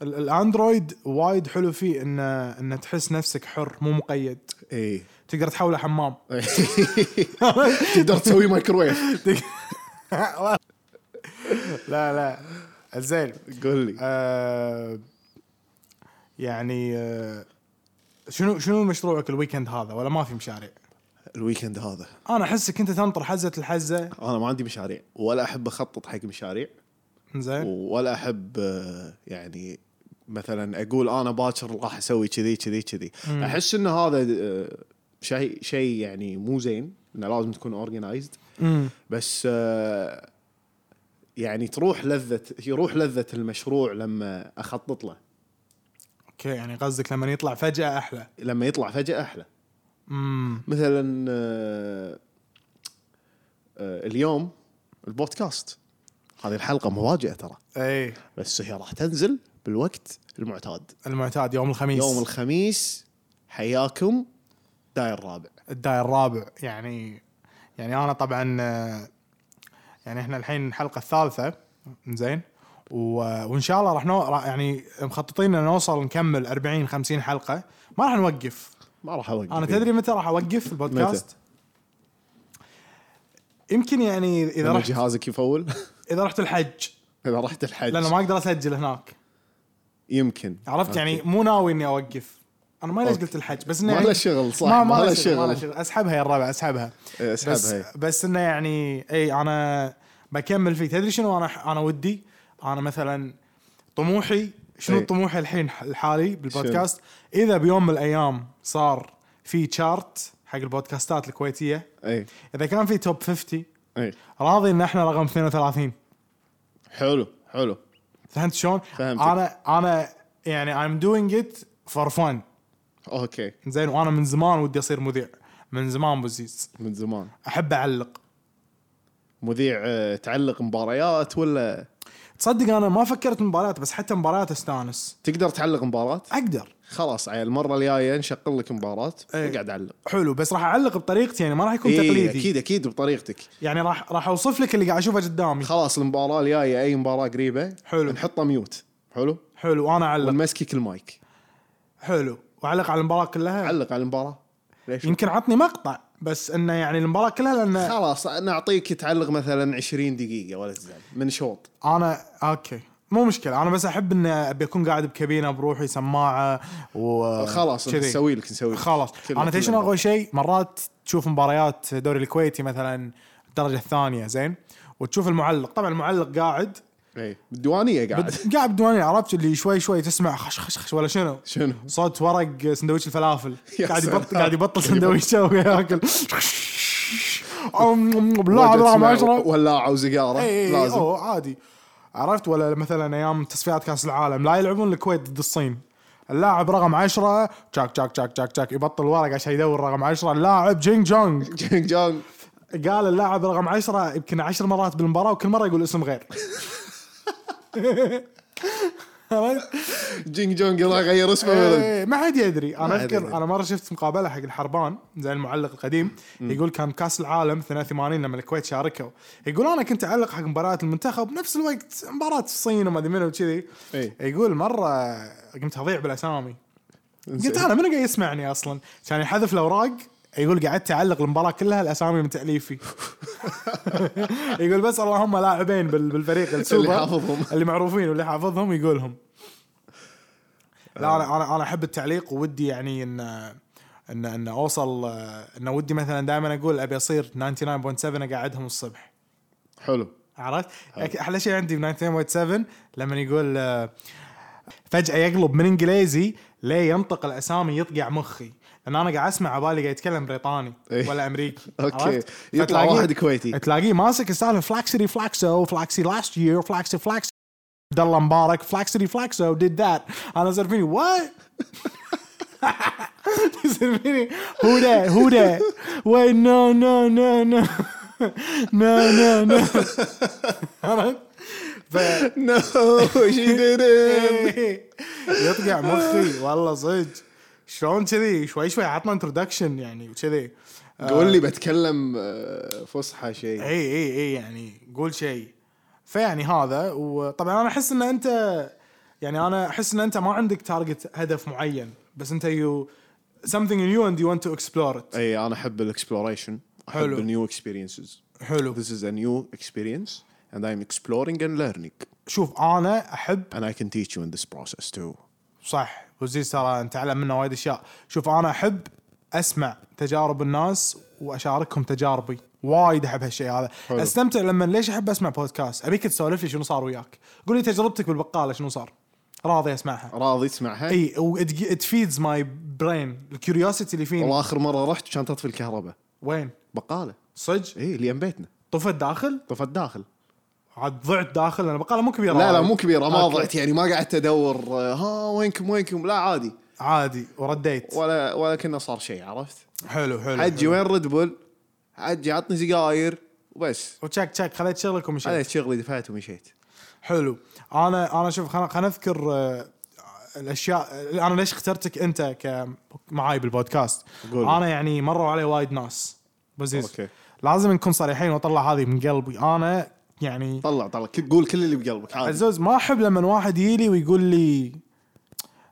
Speaker 1: ال- الاندرويد وايد حلو فيه ان ان تحس نفسك حر مو مقيد
Speaker 2: اي
Speaker 1: تقدر تحوله حمام
Speaker 2: تقدر تسوي مايكرويف
Speaker 1: لا لا زين
Speaker 2: قول لي
Speaker 1: آه يعني آه شنو شنو مشروعك الويكند هذا ولا ما في مشاريع؟
Speaker 2: الويكند هذا
Speaker 1: انا احسك انت تنطر حزه الحزه
Speaker 2: انا ما عندي مشاريع ولا احب اخطط حق مشاريع
Speaker 1: زين
Speaker 2: ولا احب آه، يعني مثلا اقول انا باكر راح اسوي كذي كذي كذي احس ان هذا آه، شيء شيء يعني مو زين انه لازم تكون اورجنايزد
Speaker 1: أمم.
Speaker 2: بس آه، يعني تروح لذه يروح لذه المشروع لما اخطط له
Speaker 1: اوكي يعني قصدك لما يطلع فجاه احلى
Speaker 2: لما يطلع فجاه احلى
Speaker 1: امم
Speaker 2: مثلا آه، آه، اليوم البودكاست هذه الحلقه مفاجاه ترى
Speaker 1: اي
Speaker 2: بس هي راح تنزل بالوقت المعتاد
Speaker 1: المعتاد يوم الخميس
Speaker 2: يوم الخميس حياكم داير الرابع
Speaker 1: الداير الرابع يعني يعني انا طبعا آه، يعني احنا الحين الحلقه الثالثه زين و- وان شاء الله راح نو... راح- يعني مخططين ان نوصل نكمل 40 50 حلقه ما راح نوقف
Speaker 2: ما راح اوقف
Speaker 1: انا تدري متى راح اوقف البودكاست يمكن يعني اذا
Speaker 2: اذا
Speaker 1: رحت
Speaker 2: جهازك يفول
Speaker 1: اذا رحت الحج
Speaker 2: اذا رحت الحج
Speaker 1: لانه ما اقدر اسجل هناك
Speaker 2: يمكن
Speaker 1: عرفت يعني مو ناوي اني اوقف انا ما ليش
Speaker 2: أوكي.
Speaker 1: قلت الحج بس انه
Speaker 2: ما
Speaker 1: يعني-
Speaker 2: له شغل صح
Speaker 1: ما ما له
Speaker 2: شغل
Speaker 1: شغل ما له شغل اسحبها يا الربع اسحبها
Speaker 2: إيه،
Speaker 1: بس
Speaker 2: اسحبها
Speaker 1: بس انه يعني اي انا بكمل فيه تدري شنو انا انا ودي انا مثلا طموحي شنو
Speaker 2: إي.
Speaker 1: طموحي الحين الحالي بالبودكاست اذا بيوم من الايام صار في تشارت حق البودكاستات الكويتيه
Speaker 2: اي
Speaker 1: اذا كان في توب 50
Speaker 2: اي
Speaker 1: راضي ان احنا رقم 32
Speaker 2: حلو حلو
Speaker 1: فهمت شلون؟
Speaker 2: فهمتك.
Speaker 1: انا انا يعني I'm doing it for fun
Speaker 2: اوكي
Speaker 1: زين وانا من زمان ودي اصير مذيع من زمان بوزيز
Speaker 2: من زمان
Speaker 1: احب اعلق
Speaker 2: مذيع آه، تعلق مباريات ولا
Speaker 1: تصدق انا ما فكرت مباريات بس حتى مباريات استانس
Speaker 2: تقدر تعلق مباراه
Speaker 1: اقدر
Speaker 2: خلاص عيل المره الجايه نشغل لك مباراه
Speaker 1: إيه.
Speaker 2: اقعد علق
Speaker 1: حلو بس راح اعلق بطريقتي يعني ما راح يكون
Speaker 2: إيه
Speaker 1: تقليدي
Speaker 2: اكيد اكيد بطريقتك
Speaker 1: يعني راح راح اوصف لك اللي قاعد اشوفه قدامي
Speaker 2: خلاص المباراه الجايه اي مباراه قريبه
Speaker 1: حلو.
Speaker 2: نحطه ميوت حلو
Speaker 1: حلو انا اعلق
Speaker 2: ونمسكك المايك
Speaker 1: حلو واعلق على المباراه كلها
Speaker 2: علق على المباراه ليش لا؟
Speaker 1: يمكن عطني مقطع بس انه يعني المباراه كلها لان
Speaker 2: خلاص انا اعطيك تعلق مثلا 20 دقيقه ولا تزعل من شوط
Speaker 1: انا اوكي مو مشكله انا بس احب ان ابي اكون قاعد بكابينه بروحي سماعه و
Speaker 2: خلاص
Speaker 1: آه، كذي.
Speaker 2: نسوي لك نسوي لك
Speaker 1: خلاص
Speaker 2: كله-
Speaker 1: انا تدري شنو
Speaker 2: كله.
Speaker 1: اغوى شيء مرات تشوف مباريات دوري الكويتي مثلا الدرجه الثانيه زين وتشوف المعلق طبعا المعلق قاعد
Speaker 2: إيه، بالديوانيه قاعد
Speaker 1: قاعد بدون عرفت اللي شوي شوي تسمع خش خش خش ولا شنو
Speaker 2: شنو
Speaker 1: صوت ورق سندويش الفلافل
Speaker 2: يا
Speaker 1: قاعد
Speaker 2: سلام.
Speaker 1: يبطل قاعد يبطل سندويشه وياكل بالله رقم
Speaker 2: وجه
Speaker 1: 10
Speaker 2: تسمع ولاعه وزقاره
Speaker 1: اي
Speaker 2: لازم
Speaker 1: لازم إيه، عادي عرفت ولا مثلا ايام تصفيات كاس العالم لا يلعبون الكويت ضد الصين اللاعب رقم 10 تشاك تشاك تشاك تشاك تشاك يبطل ورق عشان يدور رقم 10 اللاعب جينج جونج
Speaker 2: جونج جونج
Speaker 1: قال اللاعب رقم 10 يمكن 10 مرات بالمباراه وكل مره يقول اسم غير عرفت؟
Speaker 2: جينج جونج راح غير اسمه ولد.
Speaker 1: إيه، ما حد يدري انا
Speaker 2: ما حد
Speaker 1: اذكر
Speaker 2: يدري.
Speaker 1: انا مره شفت مقابله حق الحربان زي المعلق القديم يقول كان كاس العالم 82 لما الكويت شاركوا يقول انا كنت اعلق حق مباريات المنتخب بنفس الوقت مباراه الصين وما ادري منو وكذي
Speaker 2: إيه.
Speaker 1: يقول مره قمت اضيع بالاسامي قلت انا منو قاعد يسمعني اصلا كان يحذف الاوراق يقول قعدت اعلق المباراه كلها الاسامي من تاليفي يقول بس اللهم لاعبين بال- بالفريق السوبر
Speaker 2: حافظهم.
Speaker 1: اللي معروفين واللي حافظهم يقولهم لا انا انا انا احب التعليق وودي يعني ان ان ان اوصل ان ودي مثلا دائما اقول ابي اصير 99.7 اقعدهم الصبح
Speaker 2: حلو
Speaker 1: عرفت؟
Speaker 2: آه.
Speaker 1: احلى شيء عندي ب 99.7 لما يقول آه، فجاه يقلب من انجليزي ليه ينطق الاسامي يطقع مخي لان انا قاعد اسمع على بالي قاعد يتكلم بريطاني
Speaker 2: إيه.
Speaker 1: ولا امريكي
Speaker 2: أوكي.
Speaker 1: عرفت؟
Speaker 2: يطلع
Speaker 1: فتلاقيه- إيه.
Speaker 2: واحد كويتي.
Speaker 1: تلاقيه ماسك السالفه فلاكسري فلاكسو فلاكسي لاست يير فلاكسي فلاكسي عبد الله مبارك فلاكسري فلاكسو ديد ذات انا صار فيني وات يصير فيني هو ده هو ده وين نو نو نو نو نو نو نو عرفت؟ ف-
Speaker 2: نو شي ديد
Speaker 1: يطقع مخي والله صدق شلون كذي شوي شوي عطنا انتروداكشن يعني وكذي
Speaker 2: قول لي بتكلم آه، فصحى شيء
Speaker 1: اي اي اي إيه، يعني قول شيء فيعني هذا وطبعا انا احس ان انت يعني انا احس ان انت ما عندك تارجت هدف معين بس انت يو something new and you want to explore it
Speaker 2: اي انا احب الاكسبلوريشن احب
Speaker 1: حلو.
Speaker 2: النيو اكسبيرينسز
Speaker 1: حلو
Speaker 2: This is a new experience and I'm exploring and learning
Speaker 1: شوف انا احب
Speaker 2: and I can teach you in this process too.
Speaker 1: صح وزيز ترى انت تعلم منه وايد اشياء شوف انا احب اسمع تجارب الناس واشاركهم تجاربي وايد احب هالشيء هذا حلو. استمتع لما ليش احب اسمع بودكاست ابيك تسولف لي شنو صار وياك قول لي تجربتك بالبقاله شنو صار راضي اسمعها
Speaker 2: راضي تسمعها؟
Speaker 1: اي ات فيدز ماي برين الكيوريوسيتي اللي فيني
Speaker 2: والله اخر مره رحت كانت تطفي الكهرباء
Speaker 1: وين
Speaker 2: بقاله
Speaker 1: صدق
Speaker 2: اي إيه، اللي يم بيتنا
Speaker 1: طفت داخل
Speaker 2: طفت داخل آه،
Speaker 1: عاد ضعت داخل انا بقاله مو كبيره
Speaker 2: لا لا
Speaker 1: وايد.
Speaker 2: مو كبيره ما
Speaker 1: أوكي.
Speaker 2: ضعت يعني ما قعدت ادور آه، ها وينكم وينكم لا عادي
Speaker 1: عادي ورديت
Speaker 2: ولا ولا كنا صار شيء عرفت؟
Speaker 1: حلو حلو
Speaker 2: حجي وين ريد بول؟ حجي عطني سجاير وبس
Speaker 1: وتشك تشك طيب، خليت شغلك ومشيت
Speaker 2: انا شغلي دفعت ومشيت
Speaker 1: حلو انا انا شوف خلنا خلنا اذكر آه، الاشياء انا ليش اخترتك انت ك معاي بالبودكاست
Speaker 2: قول.
Speaker 1: انا يعني مروا علي وايد ناس بزيز
Speaker 2: أوكي.
Speaker 1: لازم نكون صريحين واطلع هذه من قلبي انا يعني
Speaker 2: طلع طلع كل- قول كل اللي بقلبك عادي
Speaker 1: عزوز ما احب لما واحد يجي لي ويقول لي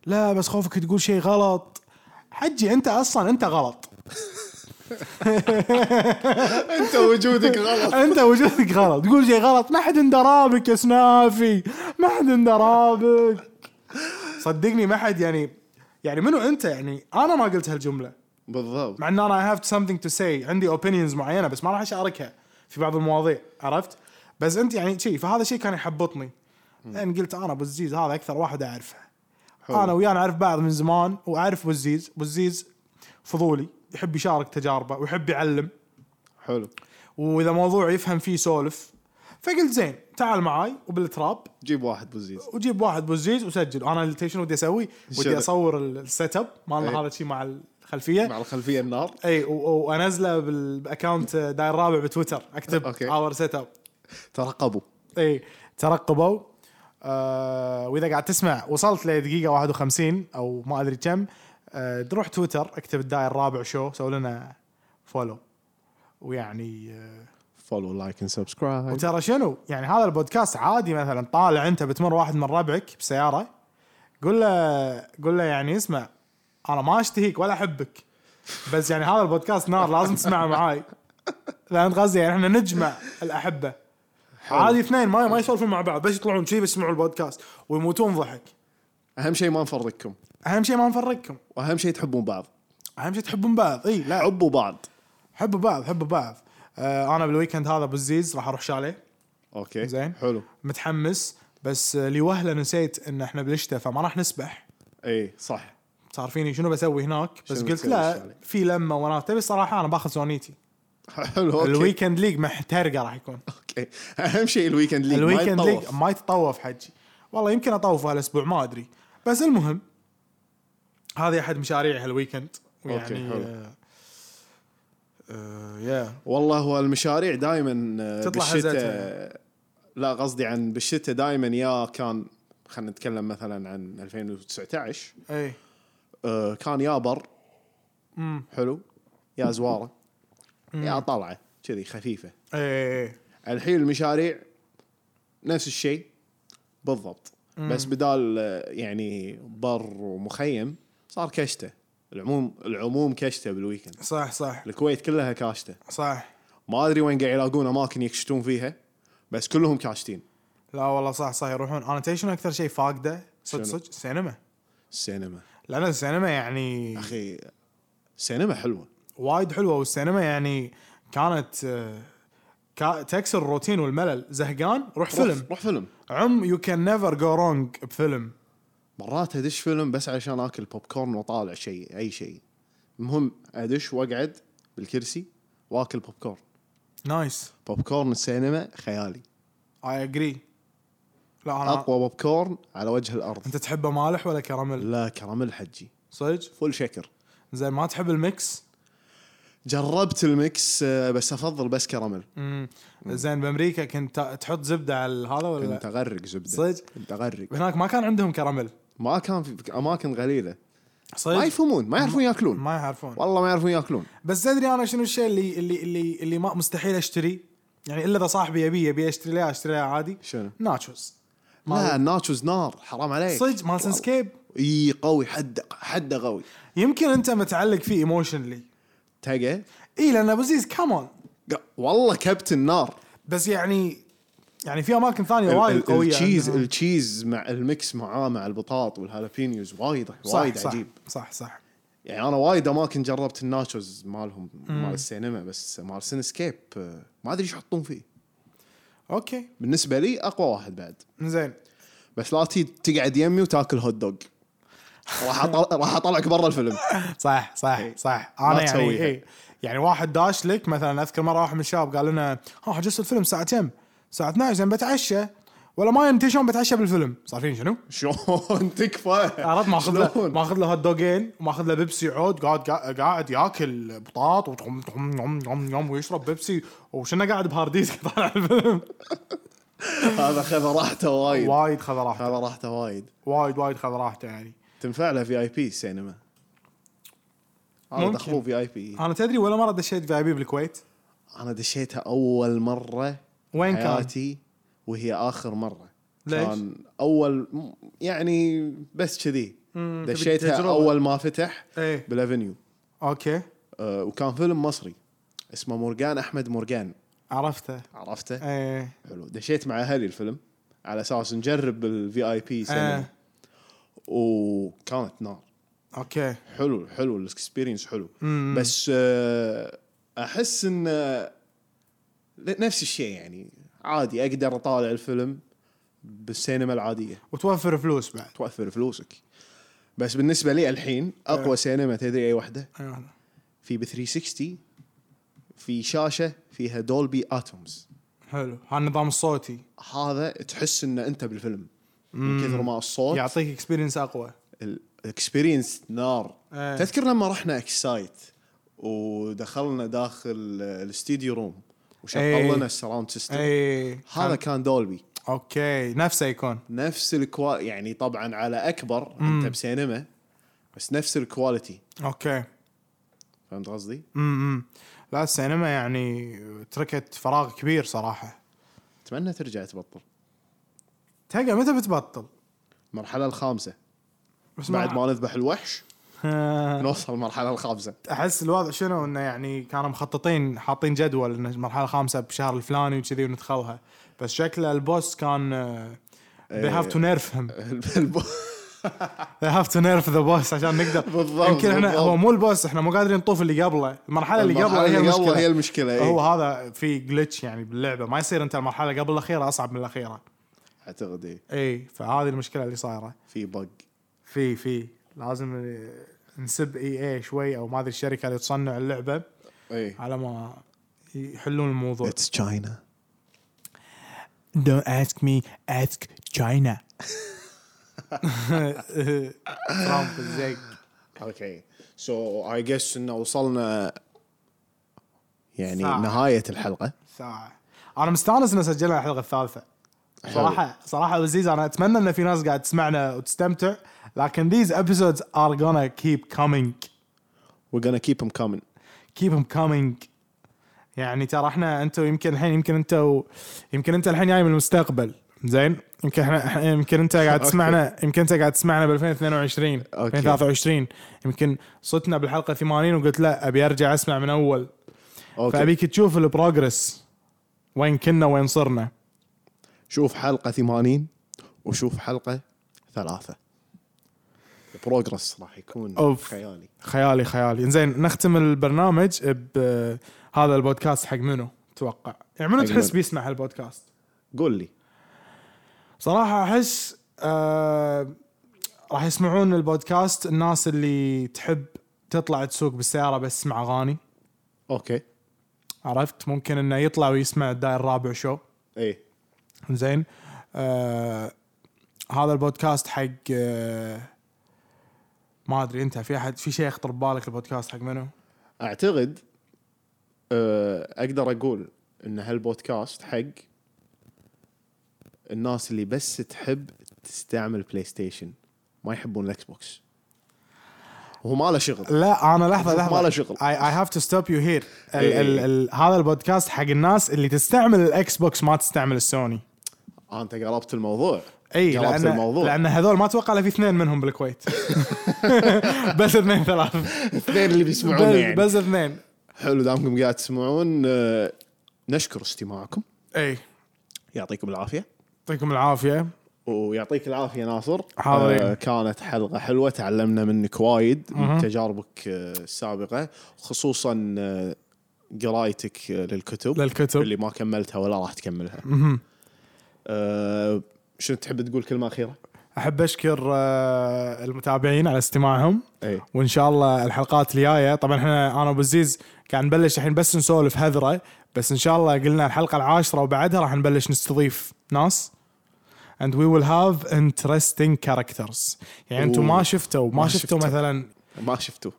Speaker 1: لا بس خوفك تقول شيء غلط حجي انت اصلا انت غلط
Speaker 2: انت وجودك غلط
Speaker 1: انت وجودك غلط تقول شيء غلط ما حد اندرابك يا سنافي ما حد اندرابك صدقني ما حد يعني يعني منو انت يعني انا ما قلت هالجمله
Speaker 2: بالضبط
Speaker 1: مع ان انا اي هاف سمثينج تو سي عندي اوبينيونز معينه بس ما راح اشاركها في بعض المواضيع عرفت بس انت يعني شيء فهذا الشيء كان يحبطني لان قلت انا ابو الزيز هذا اكثر واحد اعرفه
Speaker 2: حلو.
Speaker 1: انا وياه نعرف بعض من زمان واعرف ابو الزيز ابو الزيز فضولي يحب يشارك تجاربه ويحب يعلم
Speaker 2: حلو
Speaker 1: واذا موضوع يفهم فيه سولف فقلت زين تعال معاي وبالتراب
Speaker 2: جيب واحد بوزيز
Speaker 1: وجيب واحد بوزيز وسجل انا اللي تدري شنو ودي اسوي ودي
Speaker 2: شنو؟
Speaker 1: اصور ال- السيت اب مالنا
Speaker 2: إيه.
Speaker 1: هذا الشيء مع الخلفيه
Speaker 2: مع الخلفيه النار
Speaker 1: اي و- و- وانزله بال- باكونت آه، داير رابع بتويتر اكتب
Speaker 2: أوكي.
Speaker 1: اور سيت اب
Speaker 2: ترقبوا
Speaker 1: اي ترقبوا آه واذا قاعد تسمع وصلت لدقيقه 51 او ما ادري كم آه تروح تويتر اكتب الداير الرابع شو سوي لنا فولو ويعني آه
Speaker 2: فولو لايك اند سبسكرايب
Speaker 1: وترى شنو يعني هذا البودكاست عادي مثلا طالع انت بتمر واحد من ربعك بسياره قول له قول له يعني اسمع انا ما اشتهيك ولا احبك بس يعني هذا البودكاست نار لازم تسمعه معاي لان قصدي يعني احنا نجمع الاحبه عادي اثنين ما ما يسولفون مع بعض بس يطلعون شي بس يسمعوا البودكاست ويموتون ضحك
Speaker 2: اهم شيء ما نفرقكم
Speaker 1: اهم شيء ما نفرقكم
Speaker 2: واهم شيء تحبون بعض
Speaker 1: اهم شيء تحبون بعض اي لا
Speaker 2: حبوا بعض
Speaker 1: حبوا بعض حبوا بعض آه انا بالويكند هذا بالزيز راح اروح شاليه
Speaker 2: اوكي
Speaker 1: زين.
Speaker 2: حلو
Speaker 1: متحمس بس آه، لي وهله نسيت ان احنا بالشتاء فما راح نسبح
Speaker 2: اي إيه، صح
Speaker 1: صار فيني شنو بسوي هناك بس
Speaker 2: شنو
Speaker 1: قلت
Speaker 2: بتسوي
Speaker 1: لا
Speaker 2: بالشاليه؟
Speaker 1: في لمه وانا تبي الصراحه انا باخذ زونيتي
Speaker 2: حلو
Speaker 1: أوكي.
Speaker 2: اوكي
Speaker 1: الويكند ليج محترقه راح يكون
Speaker 2: اوكي اهم شيء الويكند ليج
Speaker 1: الويكند ليج
Speaker 2: ليج
Speaker 1: ما يتطوف حجي والله يمكن اطوف هالاسبوع ما ادري بس المهم هذه احد مشاريعي هالويكند
Speaker 2: أوكي،
Speaker 1: ويعني
Speaker 2: حلو.
Speaker 1: آه، آه، يا
Speaker 2: والله هو المشاريع دائما
Speaker 1: تطلع
Speaker 2: بالشتاء
Speaker 1: هزتها
Speaker 2: لا قصدي عن بالشتاء دائما يا كان خلينا نتكلم مثلا عن 2019
Speaker 1: اي
Speaker 2: آه، كان يا بر
Speaker 1: امم
Speaker 2: حلو يا زواره يا طلعه كذي خفيفه
Speaker 1: اي
Speaker 2: الحين المشاريع نفس الشيء بالضبط بس بدال آه، يعني بر ومخيم صار كشته العموم العموم كشته بالويكند
Speaker 1: صح صح
Speaker 2: الكويت كلها كاشته
Speaker 1: صح
Speaker 2: ما ادري وين قاعد يلاقون اماكن يكشتون فيها بس كلهم كاشتين
Speaker 1: لا والله صح صح يروحون انا تدري شنو اكثر شيء فاقده صدق
Speaker 2: شنو؟
Speaker 1: صدق السينما
Speaker 2: السينما
Speaker 1: لان السينما يعني
Speaker 2: اخي السينما حلوه
Speaker 1: وايد حلوه والسينما يعني كانت آه، كا- تكسر الروتين والملل زهقان روح فيلم
Speaker 2: روح, روح فيلم
Speaker 1: عم يو كان نيفر جو رونج بفيلم
Speaker 2: مرات ادش فيلم بس عشان اكل بوب كورن واطالع شيء اي شيء المهم ادش واقعد بالكرسي واكل بوب كورن
Speaker 1: نايس
Speaker 2: بوب كورن السينما خيالي
Speaker 1: اي اجري لا انا
Speaker 2: اقوى بوب كورن على وجه الارض
Speaker 1: انت تحبه مالح ولا كراميل
Speaker 2: لا كراميل حجي
Speaker 1: صدق
Speaker 2: فول شكر
Speaker 1: زين ما تحب الميكس
Speaker 2: جربت الميكس آه، بس افضل بس كراميل
Speaker 1: امم زين بامريكا كنت تحط زبده على هذا ولا
Speaker 2: كنت اغرق زبده
Speaker 1: صدق؟
Speaker 2: كنت اغرق
Speaker 1: هناك ما كان عندهم كراميل
Speaker 2: ما كان في اماكن قليله ما
Speaker 1: صدق
Speaker 2: يفهمون ما يعرفون ياكلون
Speaker 1: ما يعرفون
Speaker 2: والله ما يعرفون ياكلون
Speaker 1: بس تدري انا شنو الشيء اللي اللي اللي اللي ما مستحيل اشتري يعني الا اذا صاحبي يبي يبي اشتري ليه اشتري ليه عادي
Speaker 2: شنو؟
Speaker 1: ناتشوز
Speaker 2: لا الناتشوز نار حرام عليك
Speaker 1: صدق مال سنسكيب
Speaker 2: اي قوي حد حده قوي
Speaker 1: يمكن انت متعلق فيه ايموشنلي
Speaker 2: تقى
Speaker 1: اي لان ابو زيز كمان
Speaker 2: ق- والله كابتن نار
Speaker 1: بس يعني يعني في اماكن ثانيه
Speaker 2: ال-
Speaker 1: وايد يعني.
Speaker 2: ال-
Speaker 1: قويه
Speaker 2: التشيز
Speaker 1: عندهم.
Speaker 2: التشيز مع الميكس معاه مع البطاط والهالابينيوز وايد
Speaker 1: صح
Speaker 2: وايد
Speaker 1: صح
Speaker 2: عجيب
Speaker 1: صح صح
Speaker 2: يعني انا وايد اماكن جربت الناتشوز مالهم مال السينما بس مال سينسكيب آه، ما ادري ايش يحطون فيه
Speaker 1: اوكي
Speaker 2: بالنسبه لي اقوى واحد بعد
Speaker 1: زين
Speaker 2: بس لا تي تقعد يمي وتاكل هوت دوغ راح أطل- راح اطلعك برا الفيلم
Speaker 1: صح صح صح انا يعني
Speaker 2: تسويها.
Speaker 1: إيه يعني واحد داش لك مثلا اذكر مره واحد من الشباب قال لنا ها حجزت الفيلم الساعه كم؟ الساعه 12 زين بتعشى ولا ما انت شلون بتعشى بالفيلم؟ صارفين شنو؟
Speaker 2: شلون تكفى
Speaker 1: عرفت ماخذ له
Speaker 2: شلون؟
Speaker 1: ماخذ له هوت دوجين وماخذ له بيبسي عود قاعد قاعد ياكل بطاط وطم طم يم يم يم ويشرب بيبسي وشنا قاعد بهارديسك طالع الفيلم
Speaker 2: هذا خذ راحته وايد
Speaker 1: وايد خذ راحته
Speaker 2: هذا راحته وايد
Speaker 1: وايد وايد خذ راحته يعني
Speaker 2: تنفع له في اي بي السينما هذا
Speaker 1: ممكن.
Speaker 2: دخلوه في اي بي
Speaker 1: انا تدري ولا مره دشيت في اي بي بالكويت
Speaker 2: انا دشيتها اول مره
Speaker 1: وين كان؟
Speaker 2: حياتي وهي اخر مره
Speaker 1: ليش؟
Speaker 2: كان اول يعني بس كذي
Speaker 1: مم، تبي
Speaker 2: دشيتها
Speaker 1: تجربة.
Speaker 2: اول ما فتح
Speaker 1: ايه
Speaker 2: بالافنيو
Speaker 1: اوكي
Speaker 2: أه وكان فيلم مصري اسمه مورجان احمد مورجان
Speaker 1: عرفته
Speaker 2: عرفته؟
Speaker 1: ايه
Speaker 2: حلو دشيت مع اهلي الفيلم على اساس نجرب الفي اي بي سينما
Speaker 1: آه.
Speaker 2: وكانت نار
Speaker 1: اوكي
Speaker 2: حلو حلو الاكسبيرينس حلو بس آه، احس ان آه، نفس الشيء يعني عادي اقدر اطالع الفيلم بالسينما العاديه
Speaker 1: وتوفر فلوس بعد
Speaker 2: توفر فلوسك بس بالنسبه لي الحين اقوى
Speaker 1: نعم.
Speaker 2: سينما تدري اي واحده
Speaker 1: أي واحدة.
Speaker 2: في ب 360 في شاشه فيها دولبي اتومز
Speaker 1: حلو هالنظام الصوتي
Speaker 2: هذا تحس ان انت بالفيلم من كثر ما الصوت
Speaker 1: يعطيك اكسبيرينس اقوى
Speaker 2: الاكسبيرينس نار
Speaker 1: إيه.
Speaker 2: تذكر لما رحنا اكسايت ودخلنا داخل الاستديو روم
Speaker 1: إيه.
Speaker 2: وشغل لنا السراوند سيستم
Speaker 1: ايه
Speaker 2: هذا كان دولبي
Speaker 1: اوكي نفسه يكون
Speaker 2: نفس الكوا يعني طبعا على اكبر انت بسينما بس نفس الكواليتي
Speaker 1: اوكي
Speaker 2: فهمت قصدي؟
Speaker 1: امم لا السينما يعني تركت فراغ كبير صراحه
Speaker 2: اتمنى ترجع تبطل
Speaker 1: تلقى متى بتبطل
Speaker 2: المرحله الخامسه
Speaker 1: بس
Speaker 2: بعد ما نذبح الوحش
Speaker 1: آه،
Speaker 2: نوصل المرحله الخامسه
Speaker 1: احس الوضع شنو انه يعني كانوا مخططين حاطين جدول ان المرحله الخامسه بشهر الفلاني وكذي وندخلها بس شكله البوس كان آه، they have to nerf him they have to nerf the boss عشان نقدر
Speaker 2: بالضبط،
Speaker 1: يمكن احنا
Speaker 2: بالضبط.
Speaker 1: هو مو البوس احنا مو قادرين نطوف اللي قبله المرحله اللي قبله هي المشكله
Speaker 2: هي المشكله إيه.
Speaker 1: هو هذا في جلتش يعني باللعبه ما يصير انت المرحله قبل الاخيره اصعب من الاخيره
Speaker 2: اعتقد إيه.
Speaker 1: اي فهذه المشكله اللي صايره
Speaker 2: في بق
Speaker 1: في في لازم نسب اي اي شوي او ما ادري الشركه اللي تصنع اللعبه
Speaker 2: اي
Speaker 1: على ما يحلون الموضوع
Speaker 2: اتس تشاينا
Speaker 1: Don't ask me ask China ترامب الزق
Speaker 2: اوكي سو اي جس انه وصلنا يعني
Speaker 1: ساعة.
Speaker 2: نهايه الحلقه
Speaker 1: ساعة انا مستانس اني سجلنا الحلقه الثالثه صراحه صراحه لذيذ انا اتمنى ان في ناس قاعد تسمعنا وتستمتع لكن these episodes are gonna keep coming
Speaker 2: We're gonna keep them coming
Speaker 1: keep them coming يعني ترى احنا انتم يمكن الحين يمكن انت و... يمكن انت الحين جاي من المستقبل زين يمكن احنا إحنا- يمكن انت قاعد
Speaker 2: أوكي.
Speaker 1: تسمعنا يمكن انت قاعد تسمعنا ب 2022
Speaker 2: أوكي.
Speaker 1: 2023 يمكن صوتنا بالحلقه 80 وقلت لا ابي ارجع اسمع من اول
Speaker 2: اوكي
Speaker 1: فابيك تشوف البروجرس وين كنا وين صرنا
Speaker 2: شوف حلقه 80 وشوف حلقه ثلاثه البروجرس راح يكون
Speaker 1: أوف.
Speaker 2: خيالي
Speaker 1: خيالي خيالي زين نختم البرنامج بهذا البودكاست حق منو تتوقع يعني منو
Speaker 2: حق
Speaker 1: تحس
Speaker 2: منو؟
Speaker 1: بيسمع هالبودكاست
Speaker 2: قول لي
Speaker 1: صراحة أحس آه راح يسمعون البودكاست الناس اللي تحب تطلع تسوق بالسيارة بس تسمع أغاني
Speaker 2: اوكي
Speaker 1: عرفت ممكن إنه يطلع ويسمع الداير الرابع شو
Speaker 2: ايه
Speaker 1: زين آه هذا البودكاست حق آه ما أدري أنت في أحد في شيء يخطر ببالك البودكاست حق منو؟
Speaker 2: اعتقد آه، اقدر اقول ان هالبودكاست حق الناس اللي بس تحب تستعمل بلاي ستيشن ما يحبون الاكس بوكس وهو ما له شغل
Speaker 1: لا انا لحظه
Speaker 2: شوف،
Speaker 1: لحظه
Speaker 2: ما له شغل. إيه،
Speaker 1: اي هاف تو ستوب يو هير
Speaker 2: إي إي.
Speaker 1: هذا البودكاست حق الناس اللي تستعمل الاكس بوكس ما تستعمل السوني
Speaker 2: آه، انت قربت الموضوع
Speaker 1: اي
Speaker 2: قربت
Speaker 1: لان
Speaker 2: الموضوع
Speaker 1: لان هذول ما اتوقع لا في اثنين منهم بالكويت بس اثنين ثلاث
Speaker 2: الاثنين اللي
Speaker 1: بس,
Speaker 2: بيسمعون يعني
Speaker 1: بس اثنين
Speaker 2: حلو دامكم قاعد تسمعون آه، نشكر استماعكم
Speaker 1: اي
Speaker 2: يعطيكم العافيه
Speaker 1: إيه، يعطيكم العافيه
Speaker 2: ويعطيك العافيه ناصر آه،
Speaker 1: حاضرين.
Speaker 2: كانت حلقه حلوه تعلمنا منك وايد من تجاربك آه، السابقه خصوصا آه، قرايتك آه، للكتب
Speaker 1: للكتب
Speaker 2: اللي ما كملتها ولا راح تكملها آه، شنو تحب تقول كلمه اخيره
Speaker 1: احب اشكر آه، المتابعين على استماعهم
Speaker 2: اي
Speaker 1: وان شاء الله الحلقات الجايه طبعا احنا انا وابو عزيز قاعد نبلش الحين بس نسولف هذره بس ان شاء الله قلنا الحلقه العاشره وبعدها راح نبلش نستضيف ناس and we will have interesting characters يعني انتم ما
Speaker 2: أوه.
Speaker 1: شفتوا ما,
Speaker 2: ما
Speaker 1: شفتوا
Speaker 2: شفتوا.
Speaker 1: مثلا
Speaker 2: ما شفتوه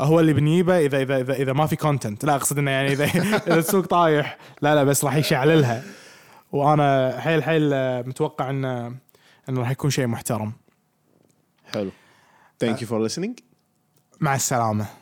Speaker 1: هو اللي بنجيبه اذا اذا اذا, إذا ما في كونتنت لا اقصد انه يعني اذا اذا السوق طايح لا لا بس راح يشعللها وانا حيل حيل آه، متوقع انه انه راح يكون شيء محترم
Speaker 2: حلو ثانك يو فور listening
Speaker 1: مع السلامه